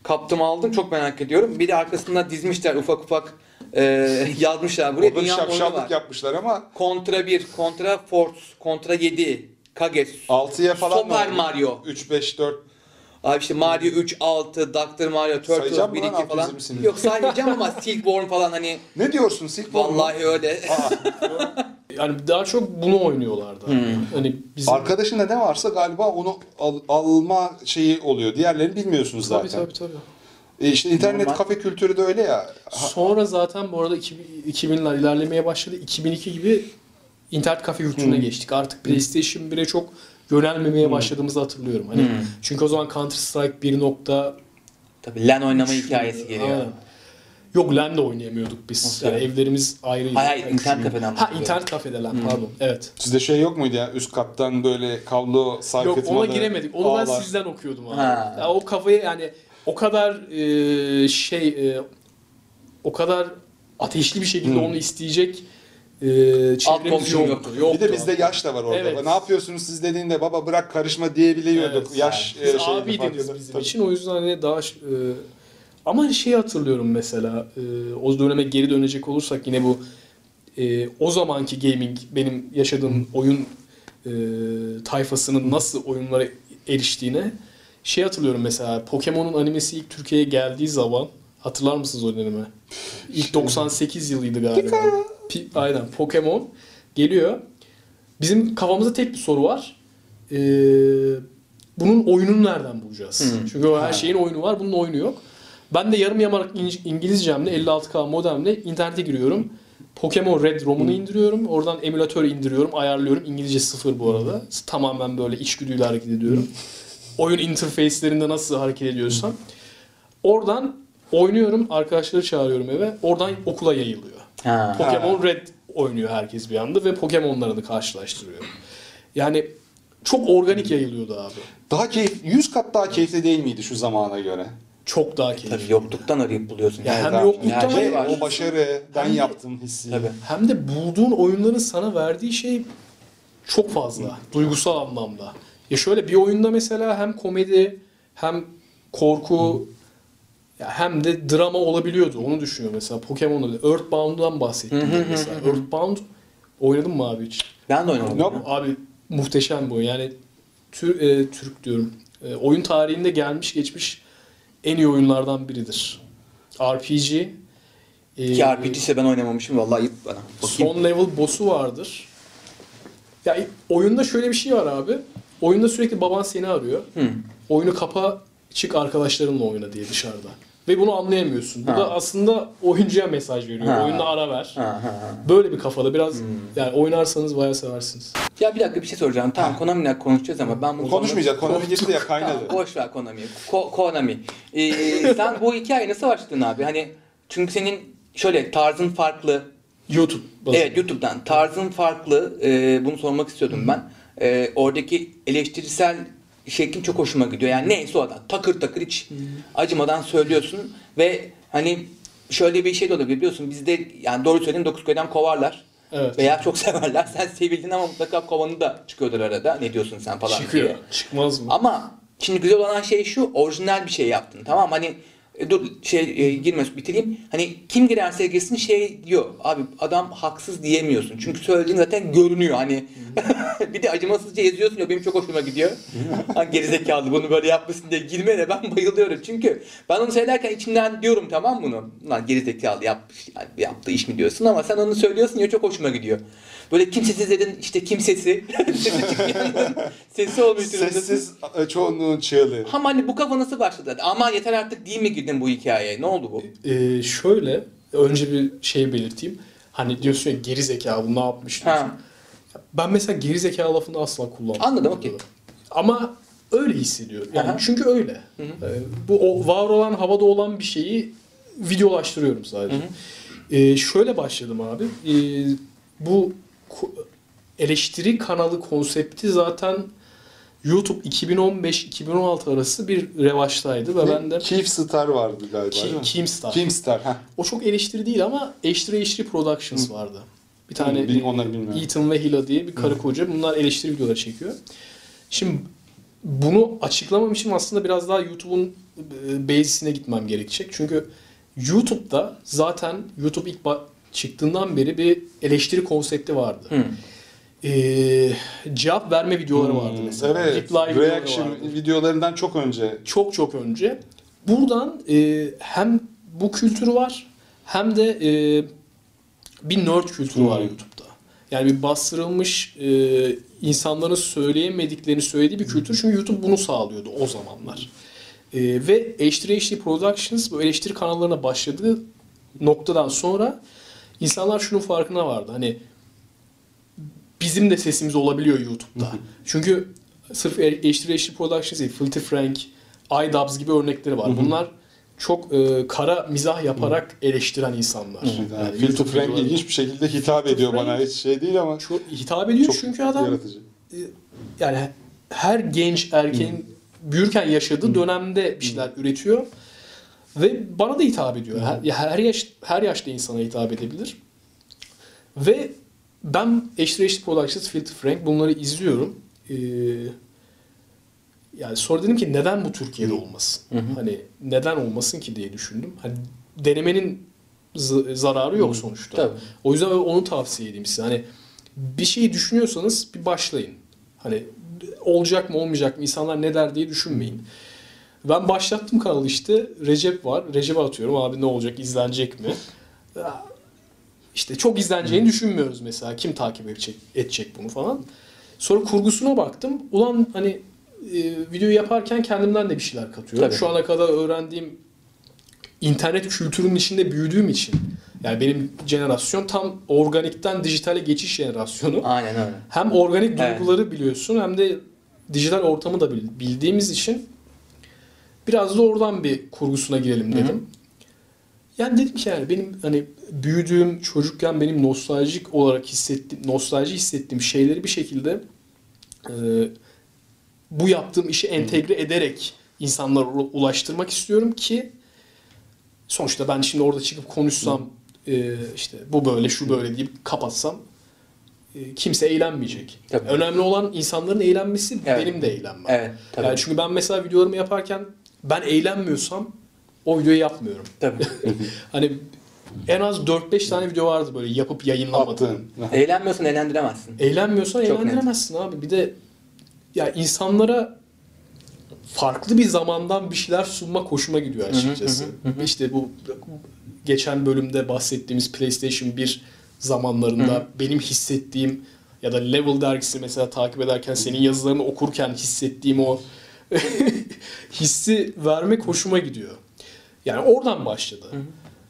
[SPEAKER 2] kaptım aldım çok merak ediyorum. Bir de arkasında dizmişler ufak ufak e, yazmışlar buraya.
[SPEAKER 1] Orada
[SPEAKER 2] Dünya oyunu var.
[SPEAKER 1] şapşallık yapmışlar ama
[SPEAKER 2] Kontra 1, Kontra Force, Kontra 7, Kages,
[SPEAKER 1] 6'ya falan da
[SPEAKER 2] Super
[SPEAKER 1] oldu.
[SPEAKER 2] Mario.
[SPEAKER 1] 3 5 4
[SPEAKER 2] Abi işte Mario 3, 6, Dr. Mario, Turtles
[SPEAKER 1] Sayacağım
[SPEAKER 2] 1,
[SPEAKER 1] mı lan
[SPEAKER 2] 2 falan.
[SPEAKER 1] 620'sini?
[SPEAKER 2] Yok saymayacağım ama Silkborn falan hani
[SPEAKER 1] Ne diyorsun Silk Bomb mu?
[SPEAKER 2] vallahi öyle.
[SPEAKER 1] Aa,
[SPEAKER 3] Yani daha çok bunu oynuyorlardı.
[SPEAKER 1] Hmm.
[SPEAKER 3] Hani bizim
[SPEAKER 1] arkadaşında ne varsa galiba onu al- alma şeyi oluyor. Diğerlerini bilmiyorsunuz
[SPEAKER 3] Tabii
[SPEAKER 1] zaten.
[SPEAKER 3] tabii tabii.
[SPEAKER 1] E işte internet
[SPEAKER 2] Normal.
[SPEAKER 1] kafe kültürü de öyle ya. Ha-
[SPEAKER 3] Sonra zaten bu arada 2000 2000'ler ilerlemeye başladı. 2002 gibi internet kafe kültürüne
[SPEAKER 1] Hmm.
[SPEAKER 3] geçtik. Artık PlayStation 1'e çok yönelmemeye başladığımızı hatırlıyorum. Hani
[SPEAKER 2] Hmm.
[SPEAKER 3] çünkü o zaman Counter Strike 1. nokta
[SPEAKER 2] Tabii LAN oynama hikayesi geliyor.
[SPEAKER 3] Aynen. Yok LAN'de oynayamıyorduk biz.
[SPEAKER 2] Nasıl
[SPEAKER 3] Yani
[SPEAKER 2] yani?
[SPEAKER 3] evlerimiz ayrıydı.
[SPEAKER 2] Hayır, hayır, internet Hmm.
[SPEAKER 3] Şu-
[SPEAKER 2] kafeden
[SPEAKER 3] Ha
[SPEAKER 2] bahsediyorum.
[SPEAKER 3] internet kafede LAN pardon. Evet.
[SPEAKER 1] Sizde şey yok muydu ya üst kattan böyle kablo sarkıtmalı
[SPEAKER 3] Yok ona giremedik. Onu ben
[SPEAKER 1] ağlar.
[SPEAKER 3] sizden okuyordum abi.
[SPEAKER 2] Ha.
[SPEAKER 3] Ya o kafayı yani o kadar e, şey e, o kadar ateşli bir şekilde onu isteyecek e, çevremiz
[SPEAKER 2] Hmm. komşum
[SPEAKER 3] yoktu.
[SPEAKER 2] yoktu.
[SPEAKER 3] yoktu.
[SPEAKER 1] Bir de bizde yaş da var orada.
[SPEAKER 3] Evet.
[SPEAKER 1] Ne yapıyorsunuz siz dediğinde baba bırak karışma diyebiliyorduk.
[SPEAKER 3] Evet,
[SPEAKER 1] yaş
[SPEAKER 3] Biz
[SPEAKER 1] e, şeydi,
[SPEAKER 3] abi
[SPEAKER 1] farkı
[SPEAKER 3] deniyor
[SPEAKER 1] da-
[SPEAKER 3] bizim
[SPEAKER 1] Tabii.
[SPEAKER 3] için. O yüzden hani daha ş- e, ama hani şeyi hatırlıyorum mesela e, o döneme geri dönecek olursak yine bu e, o zamanki gaming benim yaşadığım oyun e, tayfasının nasıl oyunlara eriştiğine şey hatırlıyorum mesela Pokemon'un animesi ilk Türkiye'ye geldiği zaman hatırlar mısınız o dönemi? İlk 98 yılıydı galiba. Pi- aynen Pokemon geliyor. Bizim kafamızda tek bir soru var. Ee, bunun oyununu nereden bulacağız?
[SPEAKER 2] Hı.
[SPEAKER 3] Çünkü o her şeyin oyunu var, bunun oyunu yok. Ben de yarım yamalak İng- İngilizcemle 56K modemle internete giriyorum. Pokemon Red ROM'unu indiriyorum. Oradan emülatör indiriyorum, ayarlıyorum. İngilizce sıfır bu arada. Tamamen böyle içgüdüyle hareket ediyorum. Oyun interface'lerinde nasıl hareket ediyorsam. Oradan oynuyorum, arkadaşları çağırıyorum eve. Oradan okula yayılıyor.
[SPEAKER 2] Ha.
[SPEAKER 3] Pokemon Red oynuyor herkes bir anda ve Pokemon'larını karşılaştırıyor. Yani çok organik yayılıyordu abi.
[SPEAKER 1] Daha keyif, 100 kat daha keyifli değil miydi şu zamana göre?
[SPEAKER 3] Çok daha keyifli.
[SPEAKER 2] Tabii yokluktan arayıp buluyorsun.
[SPEAKER 3] Yani
[SPEAKER 1] Evet
[SPEAKER 3] hem
[SPEAKER 1] abi.
[SPEAKER 3] yokluktan
[SPEAKER 1] Yani
[SPEAKER 2] var.
[SPEAKER 1] o başarı ben
[SPEAKER 3] Hem de-
[SPEAKER 1] yaptım hissi.
[SPEAKER 2] Tabii.
[SPEAKER 3] Hem de bulduğun oyunların sana verdiği şey çok fazla. Duygusal anlamda. Ya şöyle bir oyunda mesela hem komedi hem korku ya hem de drama olabiliyordu. Onu düşünüyor mesela Pokemon'da. Earthbound'dan bahsettim ben mesela. Earthbound oynadın mı abi hiç?
[SPEAKER 2] Ben de oynadım.
[SPEAKER 1] Yok.
[SPEAKER 2] bunu.
[SPEAKER 3] Abi muhteşem bu. Yani Tür- e, Türk diyorum. E, oyun tarihinde gelmiş geçmiş en iyi oyunlardan biridir. RPG. e,
[SPEAKER 2] Ki RPG ise ben oynamamışım. Vallahi ayıp bana. Bakayım.
[SPEAKER 3] Son level boss'u vardır. Ya oyunda şöyle bir şey var abi. Oyunda sürekli baban seni arıyor.
[SPEAKER 2] Hı.
[SPEAKER 3] Oyunu kapa, çık arkadaşlarınla oyna diye dışarıda. Ve bunu anlayamıyorsun. Bu
[SPEAKER 2] Ha.
[SPEAKER 3] da aslında oyuncuya mesaj veriyor.
[SPEAKER 2] Ha.
[SPEAKER 3] Oyunda ara ver.
[SPEAKER 2] Ha, Hmm. ha, ha.
[SPEAKER 3] Böyle bir kafada biraz yani oynarsanız bayağı seversiniz.
[SPEAKER 2] Ya bir dakika bir şey soracağım. Tamam Konami'den konuşacağız ama ben bu
[SPEAKER 1] Konuşmayacağız. Konami girdi ya kaynadı.
[SPEAKER 2] Tamam, boş ver Konami'yi. Ko- Konami. Ee, sen bu hikayeyi nasıl başladın abi? Hani çünkü senin şöyle tarzın farklı.
[SPEAKER 3] YouTube bazında.
[SPEAKER 2] Evet YouTube'dan tarzın farklı. Ee, bunu sormak istiyordum ben. Ee, oradaki eleştirisel şeklin çok hoşuma gidiyor. Yani neyse o adam takır takır hiç acımadan söylüyorsun ve hani şöyle bir şey de olabilir biliyorsun bizde yani doğru söyleyeyim Dokuzköy'den kovarlar.
[SPEAKER 3] Evet.
[SPEAKER 2] Veya çok severler. Sen sevildin ama mutlaka kovanı da çıkıyordur arada. Ne diyorsun sen falan
[SPEAKER 3] Çıkıyor.
[SPEAKER 2] diye.
[SPEAKER 3] Çıkmaz mı?
[SPEAKER 2] Ama şimdi güzel olan şey şu, orijinal bir şey yaptın. Tamam mı? hani e, dur şey e, girme bitireyim. Hani kim girerse girsin şey diyor. Abi adam haksız diyemiyorsun. Çünkü söylediğin zaten görünüyor hani. bir de acımasızca yazıyorsun ya benim çok hoşuma gidiyor. ha gerizekalı bunu böyle yapmışsın diye girmeye de ben bayılıyorum. Çünkü ben onu söylerken içimden diyorum tamam bunu. Lan gerizekalı yapmış yani yaptığı iş mi diyorsun ama sen onu söylüyorsun ya çok hoşuma gidiyor. Böyle kimsesizlerin işte kimsesi sesi çıkmayanın sesi olmuş durumda.
[SPEAKER 1] Sessiz e, çoğunluğun çığlığı.
[SPEAKER 2] Ama hani bu kafa nasıl başladı? Aman yeter artık değil mi girdin bu hikayeye? Ne oldu bu?
[SPEAKER 3] Ee, şöyle önce bir şey belirteyim. Hani diyorsun ya geri zeka bu ne yapmış diyorsun.
[SPEAKER 2] Ha.
[SPEAKER 3] Ben mesela geri zeka lafını asla kullanmam.
[SPEAKER 2] Anladım, okey.
[SPEAKER 3] Ama öyle hissediyorum. Yani
[SPEAKER 2] Aha.
[SPEAKER 3] çünkü öyle. Ee, bu o, var olan havada olan bir şeyi videolaştırıyorum sadece. Ee, şöyle başladım abi. Ee, bu ko- eleştiri kanalı konsepti zaten YouTube 2015-2016 arası bir revaçtaydı ve ben de
[SPEAKER 1] Keith Star vardı galiba. değil mi?
[SPEAKER 3] Ki- Keemstar.
[SPEAKER 1] Keemstar. heh.
[SPEAKER 3] O çok eleştiri değil ama eleştiri eleştiri productions vardı. Bir tane
[SPEAKER 1] Bil- onları bilmiyorum.
[SPEAKER 3] Ethan ve Hila diye bir karı koca. Bunlar eleştiri videoları çekiyor. Şimdi bunu açıklamam için aslında biraz daha YouTube'un e, base'ine gitmem gerekecek. Çünkü YouTube'da zaten YouTube ilk ba- çıktığından beri bir eleştiri konsepti vardı.
[SPEAKER 2] Hı.
[SPEAKER 3] Ee, cevap verme videoları vardı
[SPEAKER 1] Hmm,
[SPEAKER 3] mesela.
[SPEAKER 1] Evet.
[SPEAKER 3] Reply videoları
[SPEAKER 1] Reaction
[SPEAKER 3] vardı
[SPEAKER 1] videolarından çok önce.
[SPEAKER 3] çok çok önce. Buradan e, hem bu kültürü var hem de e, bir nerd kültürü var
[SPEAKER 1] Hmm.
[SPEAKER 3] YouTube'da. Yani bir bastırılmış e, insanların söyleyemediklerini söylediği bir kültür. Çünkü YouTube bunu sağlıyordu o zamanlar. Ee, ve H3H3 Productions bu eleştiri kanallarına başladığı noktadan sonra insanlar şunun farkına vardı. Hani bizim de sesimiz olabiliyor YouTube'da. Çünkü sırf H3H3 Productions değil, Filthy Frank, iDubbbz gibi örnekleri var. Bunlar çok e, kara mizah yaparak eleştiren insanlar.
[SPEAKER 1] Yani
[SPEAKER 3] YouTube
[SPEAKER 1] Phil to Frank
[SPEAKER 3] videoları-
[SPEAKER 1] ilginç bir şekilde hitap ediyor
[SPEAKER 3] Frank-
[SPEAKER 1] bana. Hiç şey değil ama
[SPEAKER 3] Çok hitap ediyor
[SPEAKER 1] çok
[SPEAKER 3] çünkü adam
[SPEAKER 1] yaratıcı.
[SPEAKER 3] yani her genç erkeğin
[SPEAKER 1] Hmm.
[SPEAKER 3] büyürken yaşadığı dönemde bir şeyler üretiyor ve bana da hitap ediyor.
[SPEAKER 1] Hmm.
[SPEAKER 3] Her, ya her yaş her yaşta insana hitap edebilir. Ve ben Eşli Eşli Productions, Filthy Frank bunları izliyorum. Ee, yani sonra dedim ki neden bu Türkiye'de olmasın? Hani neden olmasın ki diye düşündüm. Hani denemenin z- zararı yok sonuçta.
[SPEAKER 2] Tabii.
[SPEAKER 3] O yüzden onu tavsiye edeyim size. Hani bir şeyi düşünüyorsanız bir başlayın. Hani olacak mı olmayacak mı insanlar ne der diye düşünmeyin. Ben başlattım kanalı işte. Recep var. Recep'e atıyorum. Abi ne olacak? izlenecek mi? Ya, İşte çok izleneceğini düşünmüyoruz mesela. Kim takip edecek, edecek bunu falan. Sonra kurgusuna baktım. Ulan hani e, videoyu yaparken kendimden de bir şeyler katıyorum.
[SPEAKER 2] Tabii.
[SPEAKER 3] Şu ana kadar öğrendiğim internet kültürünün içinde büyüdüğüm için yani benim jenerasyon tam organikten dijitale geçiş jenerasyonu
[SPEAKER 2] Aynen öyle.
[SPEAKER 3] hem organik
[SPEAKER 2] Evet.
[SPEAKER 3] duyguları biliyorsun hem de dijital ortamı da bil- bildiğimiz için biraz da oradan bir kurgusuna girelim dedim. Yani dedim ki yani benim hani büyüdüğüm çocukken benim nostaljik olarak hissettiğim, nostalji hissettiğim şeyleri bir şekilde e, bu yaptığım işi entegre ederek insanlara ula- ulaştırmak istiyorum ki sonuçta ben şimdi orada çıkıp konuşsam e, işte bu böyle şu böyle deyip kapatsam e, kimse eğlenmeyecek.
[SPEAKER 2] Tabii.
[SPEAKER 3] Önemli olan insanların eğlenmesi
[SPEAKER 2] Evet.
[SPEAKER 3] benim de eğlenmem.
[SPEAKER 2] Evet. Tabii.
[SPEAKER 3] Yani çünkü ben mesela videolarımı yaparken ben eğlenmiyorsam o videoyu yapmıyorum.
[SPEAKER 2] tabii.
[SPEAKER 3] Hani en az 4-5 tane video vardı böyle yapıp yayınlamadığım.
[SPEAKER 1] Attığın.
[SPEAKER 2] Eğlenmiyorsan eğlendiremezsin.
[SPEAKER 3] E, Eğlenmiyorsan
[SPEAKER 2] Çok net.
[SPEAKER 3] eğlendiremezsin abi. Bir de ya insanlara farklı bir zamandan bir şeyler sunma hoşuma gidiyor açıkçası. İşte bu geçen bölümde bahsettiğimiz PlayStation 1 zamanlarında benim hissettiğim ya da Level dergisi mesela takip ederken senin yazılarını okurken hissettiğim o hissi vermek hoşuma gidiyor. Yani oradan başladı.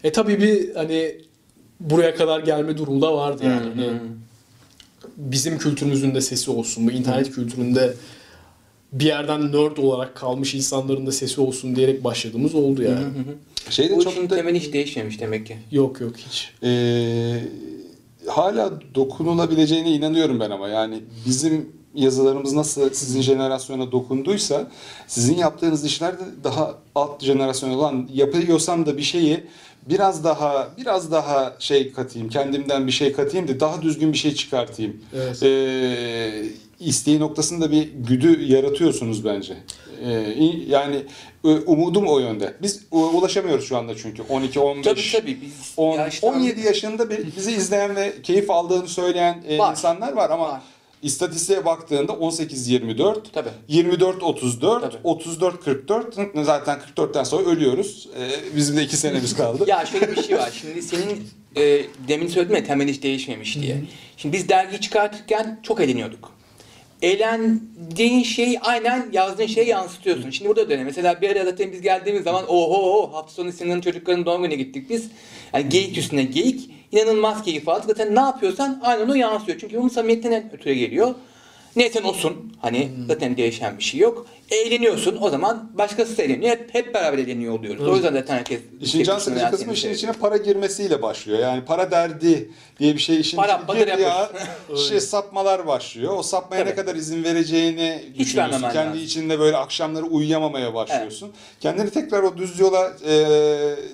[SPEAKER 3] E tabii bir hani buraya kadar gelme durumda vardı yani. Hani bizim kültürümüzün de sesi olsun, bu internet kültüründe bir yerden nerd olarak kalmış insanların da sesi olsun diyerek başladığımız oldu yani.
[SPEAKER 1] Şey de
[SPEAKER 2] Bu işin
[SPEAKER 1] çok da
[SPEAKER 2] temeli hiç değişmemiş demek ki.
[SPEAKER 3] Yok yok hiç.
[SPEAKER 1] Ee, hala dokunulabileceğine inanıyorum ben ama yani bizim yazılarımız nasıl sizin jenerasyona dokunduysa sizin yaptığınız işler de daha alt jenerasyon olan yapıyorsam da bir şeyi biraz daha biraz daha şey katayım kendimden bir şey katayım da daha düzgün bir şey çıkartayım.
[SPEAKER 3] Evet.
[SPEAKER 1] Ee, isteği noktasında bir güdü yaratıyorsunuz bence. Ee, i- yani e, umudum o yönde. Biz e, ulaşamıyoruz şu anda çünkü 12 15
[SPEAKER 2] Tabii tabii. Biz
[SPEAKER 1] 10,
[SPEAKER 2] yaştan-
[SPEAKER 1] 17 yaşında bir, bizi izleyen ve keyif aldığını söyleyen e,
[SPEAKER 2] Var.
[SPEAKER 1] insanlar var ama
[SPEAKER 2] Var.
[SPEAKER 1] istatistiğe baktığında 18-24,
[SPEAKER 2] Tabii.
[SPEAKER 1] 24-34,
[SPEAKER 2] Tabii.
[SPEAKER 1] 34-44 zaten 44'ten sonra ölüyoruz. E, bizim de 2 senemiz kaldı.
[SPEAKER 2] Ya şöyle bir şey var. Şimdi senin e, demin söyledim ya temel hiç değişmemiş diye. Şimdi biz dergi çıkartırken çok eğleniyorduk. Eğlendiğin şeyi aynen yazdığın şeye yansıtıyorsun. Şimdi burada da öyle. Mesela bir ara zaten biz geldiğimiz zaman oho hafta sonu Sinan'ın çocuklarının doğum gününe gittik biz. Yani
[SPEAKER 1] Hmm.
[SPEAKER 2] geyik üstüne geyik. inanılmaz keyif aldık. Zaten ne yapıyorsan aynen o yansıyor. Çünkü bunun samimiyetinden ötürü geliyor. Neyse olsun. Hani
[SPEAKER 1] Hmm.
[SPEAKER 2] zaten değişen bir şey yok. Eğleniyorsun. O zaman başkası da eğleniyor. Hep, hep beraber eğleniyor oluyoruz. O yüzden zaten herkes şey
[SPEAKER 1] İşin can sıkıcı kısmı işin içine para girmesiyle başlıyor. Yani para derdi diye bir şey işin
[SPEAKER 2] Para,
[SPEAKER 1] içine
[SPEAKER 2] bakır
[SPEAKER 1] girdiği
[SPEAKER 2] yapar.
[SPEAKER 1] an şey, sapmalar başlıyor. O sapmaya
[SPEAKER 2] Tabii.
[SPEAKER 1] ne kadar izin vereceğini düşünüyorsun.
[SPEAKER 2] vermemen
[SPEAKER 1] Kendi
[SPEAKER 2] lazım.
[SPEAKER 1] içinde böyle akşamları uyuyamamaya başlıyorsun. Kendini tekrar o düz yola e,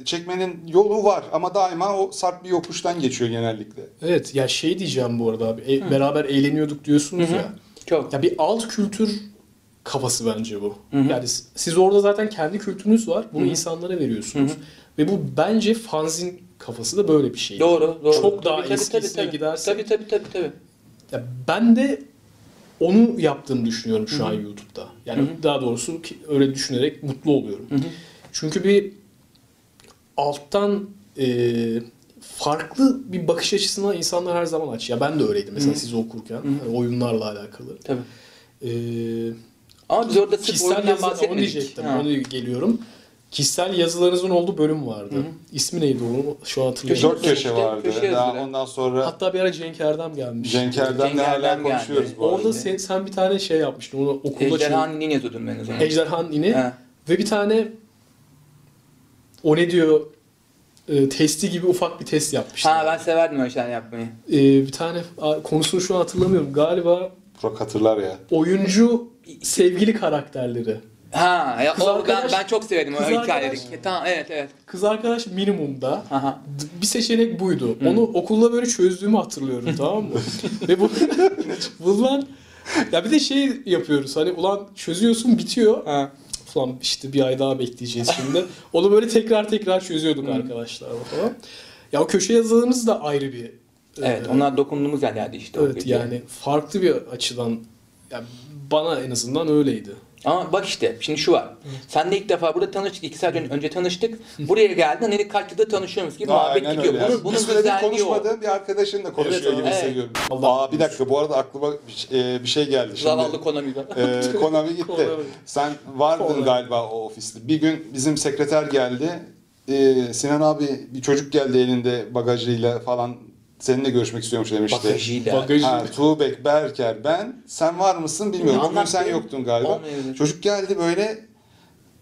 [SPEAKER 1] çekmenin yolu var ama daima o sarp bir yokuştan geçiyor genellikle.
[SPEAKER 3] Evet ya şey diyeceğim bu arada abi. E, beraber eğleniyorduk diyorsunuz ya.
[SPEAKER 2] Çok.
[SPEAKER 3] Ya bir alt kültür kafası bence bu. Yani s- siz orada zaten kendi kültürünüz var. Bunu insanlara veriyorsunuz. Ve bu bence fanzin kafası da böyle bir şey.
[SPEAKER 2] Doğru, doğru.
[SPEAKER 3] Çok daha
[SPEAKER 2] Tabii, tabii,
[SPEAKER 3] eskisine
[SPEAKER 2] tabii, tabii.
[SPEAKER 3] gidersek-
[SPEAKER 2] Tabii tabii tabii tabii.
[SPEAKER 3] Ya ben de onu yaptığımı düşünüyorum şu an YouTube'da. Yani daha doğrusu ki öyle düşünerek mutlu oluyorum. Çünkü bir alttan e, farklı bir bakış açısına insanlar her zaman aç. Ya ben de öyleydim mesela siz okurken hani oyunlarla alakalı.
[SPEAKER 2] Tabii.
[SPEAKER 3] E,
[SPEAKER 2] Ama biz orada sırf
[SPEAKER 3] Kişisel
[SPEAKER 2] oyundan
[SPEAKER 3] yazı, onu
[SPEAKER 2] bahsetmedik.
[SPEAKER 3] diyecektim.
[SPEAKER 2] Ha.
[SPEAKER 3] Onu geliyorum. Kişisel yazılarınızın olduğu bölüm vardı. İsmi neydi o? Şu an hatırlayamadım.
[SPEAKER 1] Dört köşe
[SPEAKER 2] Köşe
[SPEAKER 1] vardı.
[SPEAKER 2] yazıları.
[SPEAKER 1] Daha ondan sonra
[SPEAKER 3] Hatta bir ara Cenk Erdem gelmiş.
[SPEAKER 1] Cenk Erdem'le
[SPEAKER 2] Cenk
[SPEAKER 1] hala
[SPEAKER 2] Erdem geldi.
[SPEAKER 1] konuşuyoruz bu arada.
[SPEAKER 3] Orada sen, sen bir tane şey yapmıştın. Onu okulda Ejderhan,
[SPEAKER 2] Ejderhan'ın yine tutun ben o zaman.
[SPEAKER 3] Ejderhan ini.
[SPEAKER 2] Ha.
[SPEAKER 3] Ve bir tane o ne diyor e, testi gibi ufak bir test yapmıştın.
[SPEAKER 2] Ha ben severdim öyle şeyler yapmayı.
[SPEAKER 3] E, bir tane a, konusunu şu an hatırlamıyorum. Galiba
[SPEAKER 1] Burak hatırlar ya.
[SPEAKER 3] oyuncu sevgili karakterleri.
[SPEAKER 2] Ha ya
[SPEAKER 3] Kız
[SPEAKER 2] o,
[SPEAKER 3] arkadaş-
[SPEAKER 2] ben, ben çok severdim o
[SPEAKER 3] kız
[SPEAKER 2] hikayeleri. E,
[SPEAKER 3] arkadaş-
[SPEAKER 2] Tamam evet evet.
[SPEAKER 3] Kız arkadaş minimumda.
[SPEAKER 2] Aha.
[SPEAKER 3] D- Bir seçenek buydu. Onu okulda böyle çözdüğümü hatırlıyorum tamam mı? Ve bu bundan ya bir de şey yapıyoruz hani ulan çözüyorsun bitiyor.
[SPEAKER 2] Ha.
[SPEAKER 3] Ulan işte bir ay daha bekleyeceğiz şimdi. Onu böyle tekrar tekrar çözüyorduk arkadaşlar falan. Ya o köşe yazılarımız da ayrı bir
[SPEAKER 2] Evet
[SPEAKER 3] e,
[SPEAKER 2] onlar dokunduğumuz yerlerdi işte. o
[SPEAKER 3] evet
[SPEAKER 2] gece.
[SPEAKER 3] yani farklı bir açıdan ya bana en azından öyleydi.
[SPEAKER 2] Ama bak işte şimdi şu var. Sen de ilk defa burada tanıştık. iki saat ön- önce tanıştık. Buraya geldin. Hani kaç yılda tanışıyoruz gibi muhabbet
[SPEAKER 1] Aynen
[SPEAKER 2] gidiyor.
[SPEAKER 1] öyle.
[SPEAKER 2] Bunun,
[SPEAKER 1] Bunu,
[SPEAKER 2] bunun
[SPEAKER 1] bir süredir
[SPEAKER 2] güzelliği o.
[SPEAKER 1] konuşmadığım bir arkadaşınla konuşuyor
[SPEAKER 2] Evet,
[SPEAKER 1] gibi
[SPEAKER 2] evet.
[SPEAKER 1] hissediyorum.
[SPEAKER 3] Allah
[SPEAKER 1] Aa, bir dakika bu arada aklıma bir şey- e, bir şey geldi. Şimdi,
[SPEAKER 2] Zavallı Konami'de.
[SPEAKER 1] Ee, Konami gitti.
[SPEAKER 3] Konami.
[SPEAKER 1] Sen vardın
[SPEAKER 3] Konami.
[SPEAKER 1] galiba o ofiste. Bir gün bizim sekreter geldi. Ee, Sinan abi bir çocuk geldi elinde bagajıyla falan seninle görüşmek istiyormuş demişti.
[SPEAKER 2] Bagajıyla.
[SPEAKER 3] Bagajı-
[SPEAKER 1] Ha, Tuğbek, Berker, ben. Sen var mısın bilmiyorum. O gün sen
[SPEAKER 2] Anlattın.
[SPEAKER 1] yoktun galiba.
[SPEAKER 2] Olmayabilir.
[SPEAKER 1] Çocuk geldi böyle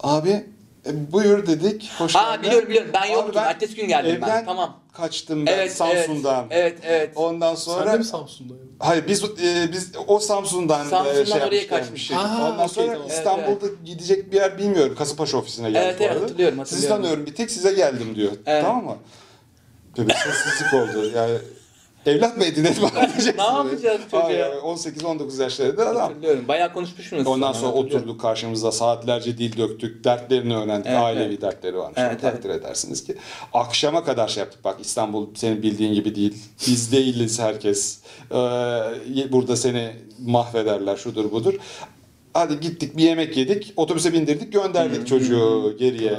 [SPEAKER 1] abi e, buyur dedik. Hoş
[SPEAKER 2] Ha
[SPEAKER 1] geldin.
[SPEAKER 2] biliyorum biliyorum. Ben
[SPEAKER 1] Abi
[SPEAKER 2] yoktum.
[SPEAKER 1] ben
[SPEAKER 2] Ertesi gün geldim ben.
[SPEAKER 1] evden
[SPEAKER 2] Tamam.
[SPEAKER 1] Kaçtım ben
[SPEAKER 2] Evet,
[SPEAKER 1] Samsun'dan.
[SPEAKER 2] Evet evet. evet.
[SPEAKER 1] Ondan
[SPEAKER 3] Sen de
[SPEAKER 1] sonra
[SPEAKER 3] mi Samsun'daydın?
[SPEAKER 1] Hayır biz e, biz o Samsun'dan, e,
[SPEAKER 2] Samsun'dan
[SPEAKER 1] şey
[SPEAKER 2] oraya
[SPEAKER 1] yapmış,
[SPEAKER 2] kaçmış.
[SPEAKER 1] gelmiş.
[SPEAKER 3] Ha,
[SPEAKER 1] Ondan
[SPEAKER 3] okey,
[SPEAKER 1] sonra
[SPEAKER 3] tamam.
[SPEAKER 1] İstanbul'da gidecek bir yer bilmiyorum. Kasımpaşa ofisine geldi
[SPEAKER 2] Evet,
[SPEAKER 1] bu
[SPEAKER 2] evet,
[SPEAKER 1] arada.
[SPEAKER 2] hatırlıyorum,
[SPEAKER 1] Sizi
[SPEAKER 2] hatırlıyorum.
[SPEAKER 1] tanıyorum bir tek size geldim diyor.
[SPEAKER 2] Evet.
[SPEAKER 1] Tamam mı? Tabii sessizlik oldu. Yani evlat mı edinelim
[SPEAKER 2] Ne yapacağız çocuğa?
[SPEAKER 1] Hayır, 18-19 yaşlarında adam.
[SPEAKER 2] Hatırlıyorum. Bayağı konuşmuşsunuz.
[SPEAKER 1] Ondan
[SPEAKER 2] siz
[SPEAKER 1] sonra
[SPEAKER 2] bana, hatırlıyorum.
[SPEAKER 1] oturduk karşımıza saatlerce dil döktük, dertlerini öğrendik,
[SPEAKER 2] Evet,
[SPEAKER 1] ailevi
[SPEAKER 2] evet.
[SPEAKER 1] dertleri varmış.
[SPEAKER 2] Evet,
[SPEAKER 1] onu takdir edersiniz ki. Akşama kadar şey yaptık bak İstanbul senin bildiğin gibi değil. Biz değiliz herkes. Ee, burada seni mahvederler şudur budur. Hadi gittik bir yemek yedik, otobüse bindirdik
[SPEAKER 2] Hmm.
[SPEAKER 1] gönderdik çocuğu geriye.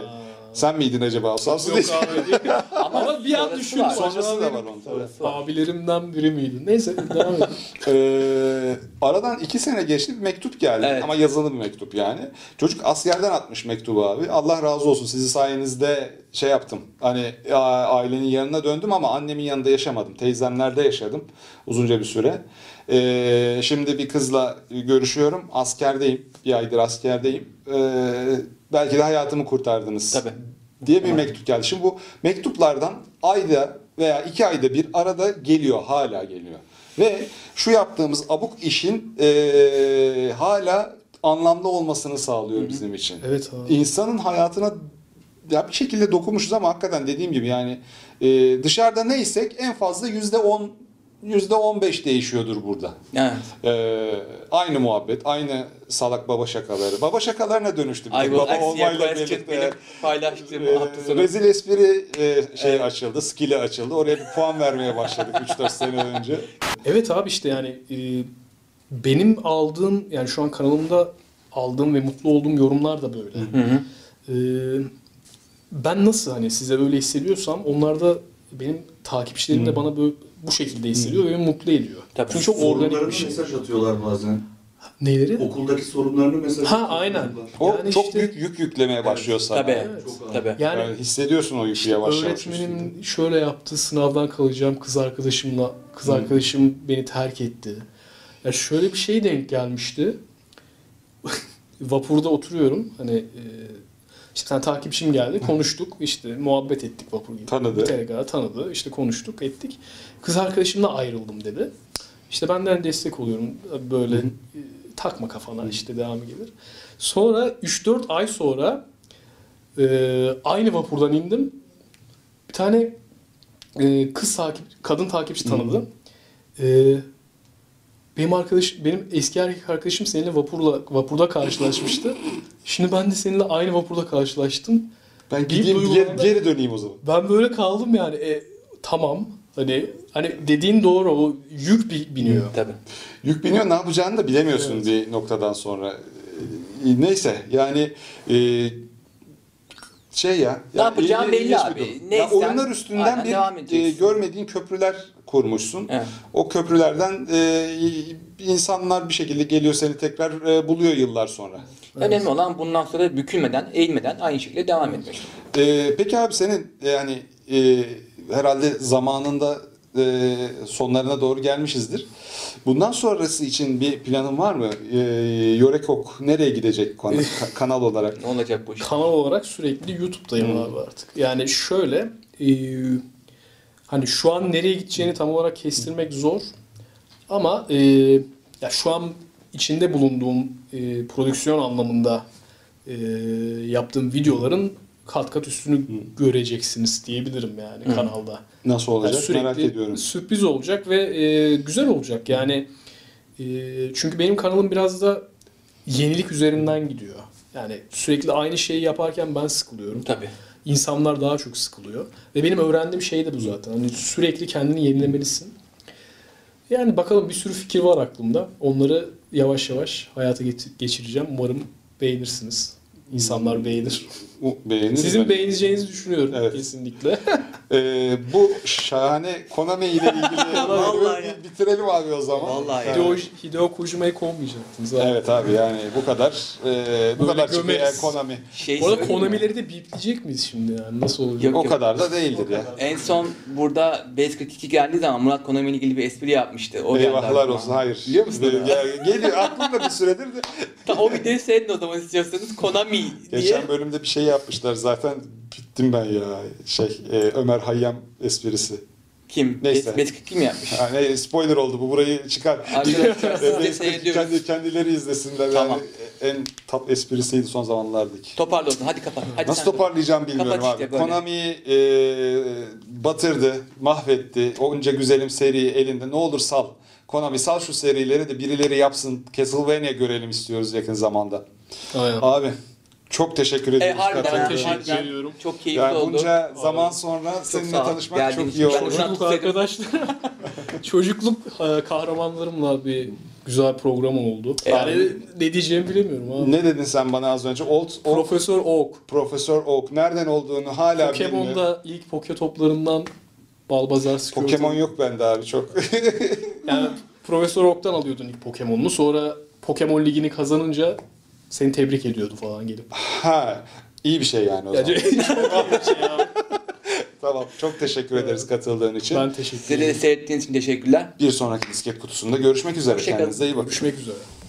[SPEAKER 1] Sen miydin acaba? Samsun
[SPEAKER 3] Yok abi. Ama bir an
[SPEAKER 2] sonrası
[SPEAKER 3] düşündüm.
[SPEAKER 2] var.
[SPEAKER 1] Sonrası da
[SPEAKER 3] Acaba
[SPEAKER 1] var
[SPEAKER 3] benim
[SPEAKER 1] onda. evet.
[SPEAKER 3] Abilerimden biri miydi? Neyse devam edelim.
[SPEAKER 1] Ee, aradan iki sene geçti bir mektup geldi
[SPEAKER 2] Evet.
[SPEAKER 1] ama yazılı bir mektup yani. Çocuk askerden atmış mektubu abi. Allah razı olsun sizi sayenizde şey yaptım. Hani a- ailenin yanına döndüm ama annemin yanında yaşamadım. Teyzemlerde yaşadım uzunca bir süre. Ee, şimdi bir kızla görüşüyorum. Askerdeyim. Bir aydır askerdeyim. Ee, belki de hayatımı kurtardınız
[SPEAKER 2] Tabii.
[SPEAKER 1] diye bir mektup geldi. Şimdi bu mektuplardan ayda veya iki ayda bir arada geliyor, hala geliyor. Ve şu yaptığımız abuk işin eee, hala anlamlı olmasını sağlıyor bizim için.
[SPEAKER 3] Evet abi.
[SPEAKER 1] İnsanın hayatına ya bir şekilde dokunmuşuz ama hakikaten dediğim gibi yani eee, dışarıda neysek en fazla yüzde on yüzde on beş değişiyordur burada.
[SPEAKER 2] Evet.
[SPEAKER 1] Ee, aynı muhabbet, aynı salak baba şakaları. Baba şakalarına dönüştü. bir
[SPEAKER 2] I
[SPEAKER 1] de.
[SPEAKER 2] will
[SPEAKER 1] baba
[SPEAKER 2] ask you a
[SPEAKER 1] olmayla
[SPEAKER 2] question.
[SPEAKER 1] birlikte.
[SPEAKER 2] Benim paylaştığım
[SPEAKER 1] Ee,
[SPEAKER 2] hafta sonu.
[SPEAKER 1] rezil espri e, şey
[SPEAKER 2] Evet.
[SPEAKER 1] açıldı, skill'i açıldı. Oraya bir puan vermeye başladık 3-4 sene önce.
[SPEAKER 3] Evet abi işte yani e, benim aldığım yani şu an kanalımda aldığım ve mutlu olduğum yorumlar da böyle.
[SPEAKER 2] hı.
[SPEAKER 3] E, ben nasıl hani size öyle hissediyorsam onlar da benim takipçilerim de bana böyle, bu şekilde hissediyor ve beni mutlu ediyor.
[SPEAKER 2] Tabii.
[SPEAKER 3] Çünkü çok organik
[SPEAKER 6] Sorunlarını
[SPEAKER 3] bir şey.
[SPEAKER 6] mesaj atıyorlar bazen.
[SPEAKER 3] Neyleri?
[SPEAKER 6] Okuldaki sorunlarını mesaj
[SPEAKER 3] Ha,
[SPEAKER 6] atıyorlar.
[SPEAKER 3] aynen.
[SPEAKER 1] O
[SPEAKER 3] Yani
[SPEAKER 1] çok
[SPEAKER 3] işte-
[SPEAKER 1] büyük yük yüklemeye başlıyor sana.
[SPEAKER 2] Tabii.
[SPEAKER 1] Yani
[SPEAKER 6] Çok
[SPEAKER 2] Tabii.
[SPEAKER 3] Yani
[SPEAKER 1] hissediyorsun o yükü
[SPEAKER 3] İşte
[SPEAKER 1] yavaş yavaş.
[SPEAKER 3] öğretmenim şöyle yaptı sınavdan kalacağım kız arkadaşımla kız arkadaşım beni terk etti. Ya şöyle bir şey denk gelmişti. Vapurda oturuyorum hani e, işte sen takipçim geldi konuştuk işte muhabbet ettik vapur gibi.
[SPEAKER 1] Tanıdı.
[SPEAKER 3] Bir kere kadar tanıdı işte konuştuk ettik. Kız arkadaşımla ayrıldım dedi. İşte benden destek oluyorum böyle e, takma kafana işte devamı gelir. Sonra 3-4 ay sonra e, aynı vapurdan indim. Bir tane e, kız takip kadın takipçi tanıdım. E, benim arkadaş benim eski erkek arkadaşım seninle vapurla vapurda karşılaşmıştı. Şimdi ben de seninle aynı vapurda karşılaştım.
[SPEAKER 1] Ben
[SPEAKER 3] Bir
[SPEAKER 1] gideyim geri,
[SPEAKER 3] duygulanma-
[SPEAKER 1] geri döneyim o zaman.
[SPEAKER 3] Ben böyle kaldım yani. E, tamam. Hani hani dediğin doğru o yük bi- biniyor.
[SPEAKER 2] Tabii.
[SPEAKER 1] Yük biniyor ne yapacağını da bilemiyorsun
[SPEAKER 3] Evet.
[SPEAKER 1] bir noktadan sonra. Ee, Neyse yani e, şey ya.
[SPEAKER 2] Ne
[SPEAKER 1] yani
[SPEAKER 2] yapacağın
[SPEAKER 1] ilgi-
[SPEAKER 2] belli
[SPEAKER 1] ilginç
[SPEAKER 2] abi.
[SPEAKER 1] bir durum.
[SPEAKER 2] Neysen
[SPEAKER 1] ya oyunlar üstünden
[SPEAKER 2] aynen devam
[SPEAKER 1] bir
[SPEAKER 2] edeceksin.
[SPEAKER 1] e, görmediğin köprüler kurmuşsun.
[SPEAKER 2] Evet.
[SPEAKER 1] O köprülerden e, insanlar bir şekilde geliyor seni tekrar e, buluyor yıllar sonra.
[SPEAKER 2] Önemli olan bundan sonra bükülmeden, eğilmeden aynı şekilde devam etmek.
[SPEAKER 1] E, peki abi senin e, yani e, herhalde zamanında e, sonlarına doğru gelmişizdir. Bundan sonrası için bir planın var mı? E, Yorekok nereye gidecek konu- ka- kanal olarak?
[SPEAKER 2] Ne olacak bu iş?
[SPEAKER 3] kanal olarak sürekli YouTube'dayım abi artık. Yani şöyle e, hani şu an nereye gideceğini tam olarak kestirmek zor. Ama e, ya şu an içinde bulunduğum e, prodüksiyon anlamında e, yaptığım videoların kat kat üstünü göreceksiniz diyebilirim yani kanalda.
[SPEAKER 1] Nasıl olacak
[SPEAKER 3] Yani sürekli
[SPEAKER 1] merak ediyorum.
[SPEAKER 3] sürpriz olacak ve e, güzel olacak. Yani e, çünkü benim kanalım biraz da yenilik üzerinden gidiyor. Yani sürekli aynı şeyi yaparken ben sıkılıyorum.
[SPEAKER 2] Tabii.
[SPEAKER 3] İnsanlar daha çok sıkılıyor. Ve benim öğrendiğim şey de bu zaten. Hani sürekli kendini yenilemelisin. Yani bakalım bir sürü fikir var aklımda. Onları yavaş yavaş hayata get- geçireceğim. Umarım beğenirsiniz. İnsanlar beğenir.
[SPEAKER 1] U- beğenir
[SPEAKER 3] Sizin
[SPEAKER 1] mi?
[SPEAKER 3] beğeneceğinizi düşünüyorum
[SPEAKER 1] Evet.
[SPEAKER 3] kesinlikle.
[SPEAKER 1] Ee, bu şahane Konami ile ilgili
[SPEAKER 2] Vallahi ya.
[SPEAKER 1] bölümü bitirelim abi o zaman.
[SPEAKER 2] Vallahi ya.
[SPEAKER 1] Evet.
[SPEAKER 3] Hideo, Hideo Kojima'yı kovmayacaktım zaten.
[SPEAKER 1] Evet abi yani bu kadar e, bu
[SPEAKER 3] Böyle
[SPEAKER 1] kadar çıkıyor
[SPEAKER 3] gömeriz.
[SPEAKER 1] yani Konami.
[SPEAKER 2] Şey
[SPEAKER 3] Bu arada
[SPEAKER 2] söyleyeyim mi?
[SPEAKER 3] Konami'leri de bipleyecek miyiz şimdi yani? Nasıl olacak?
[SPEAKER 2] Yok,
[SPEAKER 1] o kadar da değildir ya.
[SPEAKER 2] En son burada Base 42 geldiği zaman Murat Konami ile ilgili bir espri yapmıştı. O geldi
[SPEAKER 1] Eyvahlar
[SPEAKER 2] aklıma.
[SPEAKER 1] olsun hayır. Biliyor musun? Ya, geliyor aklımda bir süredir de.
[SPEAKER 2] Ta, o videoyu seyredin o zaman istiyorsanız Konami diye.
[SPEAKER 1] Geçen bölümde bir şey yapmışlar zaten bittim ben ya. Şey e, Ömer Hayyam esprisi.
[SPEAKER 2] Kim?
[SPEAKER 1] Neyse.
[SPEAKER 2] Base 42 kim yapmış?
[SPEAKER 1] Yani spoiler oldu bu burayı çıkar.
[SPEAKER 2] Arkadaşlar siz de
[SPEAKER 1] Kendi-
[SPEAKER 2] seyrediyoruz.
[SPEAKER 1] kendi, kendileri izlesinler
[SPEAKER 2] Tamam.
[SPEAKER 1] yani en top esprisiydi son zamanlardaki.
[SPEAKER 2] Toparla o zaman hadi kapat. Hadi
[SPEAKER 1] Nasıl
[SPEAKER 2] sen-
[SPEAKER 1] toparlayacağım bilmiyorum
[SPEAKER 2] Kapat
[SPEAKER 1] abi.
[SPEAKER 2] işte böyle.
[SPEAKER 1] Konami'yi e, batırdı, mahvetti. Onca güzelim seri elinde. Ne olur sal. Konami sal şu serileri de birileri yapsın. Castlevania görelim istiyoruz yakın zamanda.
[SPEAKER 3] Aynen.
[SPEAKER 1] Abi çok teşekkür
[SPEAKER 2] E,
[SPEAKER 1] ediyoruz.
[SPEAKER 2] harbiden,
[SPEAKER 1] katıldığın
[SPEAKER 3] Ben teşekkür
[SPEAKER 2] harbiden
[SPEAKER 3] ediyorum.
[SPEAKER 2] çok keyifli
[SPEAKER 1] yani
[SPEAKER 2] oldu.
[SPEAKER 1] bunca zaman sonra seninle
[SPEAKER 2] sağ ol.
[SPEAKER 1] tanışmak
[SPEAKER 2] Geldiğin
[SPEAKER 1] çok
[SPEAKER 2] için
[SPEAKER 1] iyi
[SPEAKER 2] ben-
[SPEAKER 1] oldu.
[SPEAKER 3] Çocukluk
[SPEAKER 2] Murat Kuzenim.
[SPEAKER 3] arkadaşlar. Çocukluk e, kahramanlarımla bir güzel program oldu. Yani ne diyeceğimi bilemiyorum abi.
[SPEAKER 1] Ne dedin sen bana az önce? Old, Oak,
[SPEAKER 3] Profesör Oak.
[SPEAKER 1] Profesör Oak. Nereden olduğunu hala bilmiyorum.
[SPEAKER 3] Pokemon'da ilk poke toplarından Balbazar Squirtle.
[SPEAKER 1] Pokemon yok bende abi çok.
[SPEAKER 3] Yani Profesör Oak'tan alıyordun ilk Pokemon'unu. Sonra Pokemon ligini kazanınca seni tebrik ediyordu falan gelip.
[SPEAKER 1] ha, iyi bir şey yani o zaman.
[SPEAKER 3] Yani çok iyi bir şey abi.
[SPEAKER 1] Tamam. Çok teşekkür ederiz katıldığın için.
[SPEAKER 3] Ben teşekkür
[SPEAKER 2] Size de
[SPEAKER 3] ederim.
[SPEAKER 2] seyrettiğiniz için teşekkürler.
[SPEAKER 1] Bir sonraki disket kutusunda görüşmek üzere.
[SPEAKER 2] Hoşçakalın.
[SPEAKER 1] Kendinize iyi bakın.
[SPEAKER 3] Görüşmek üzere.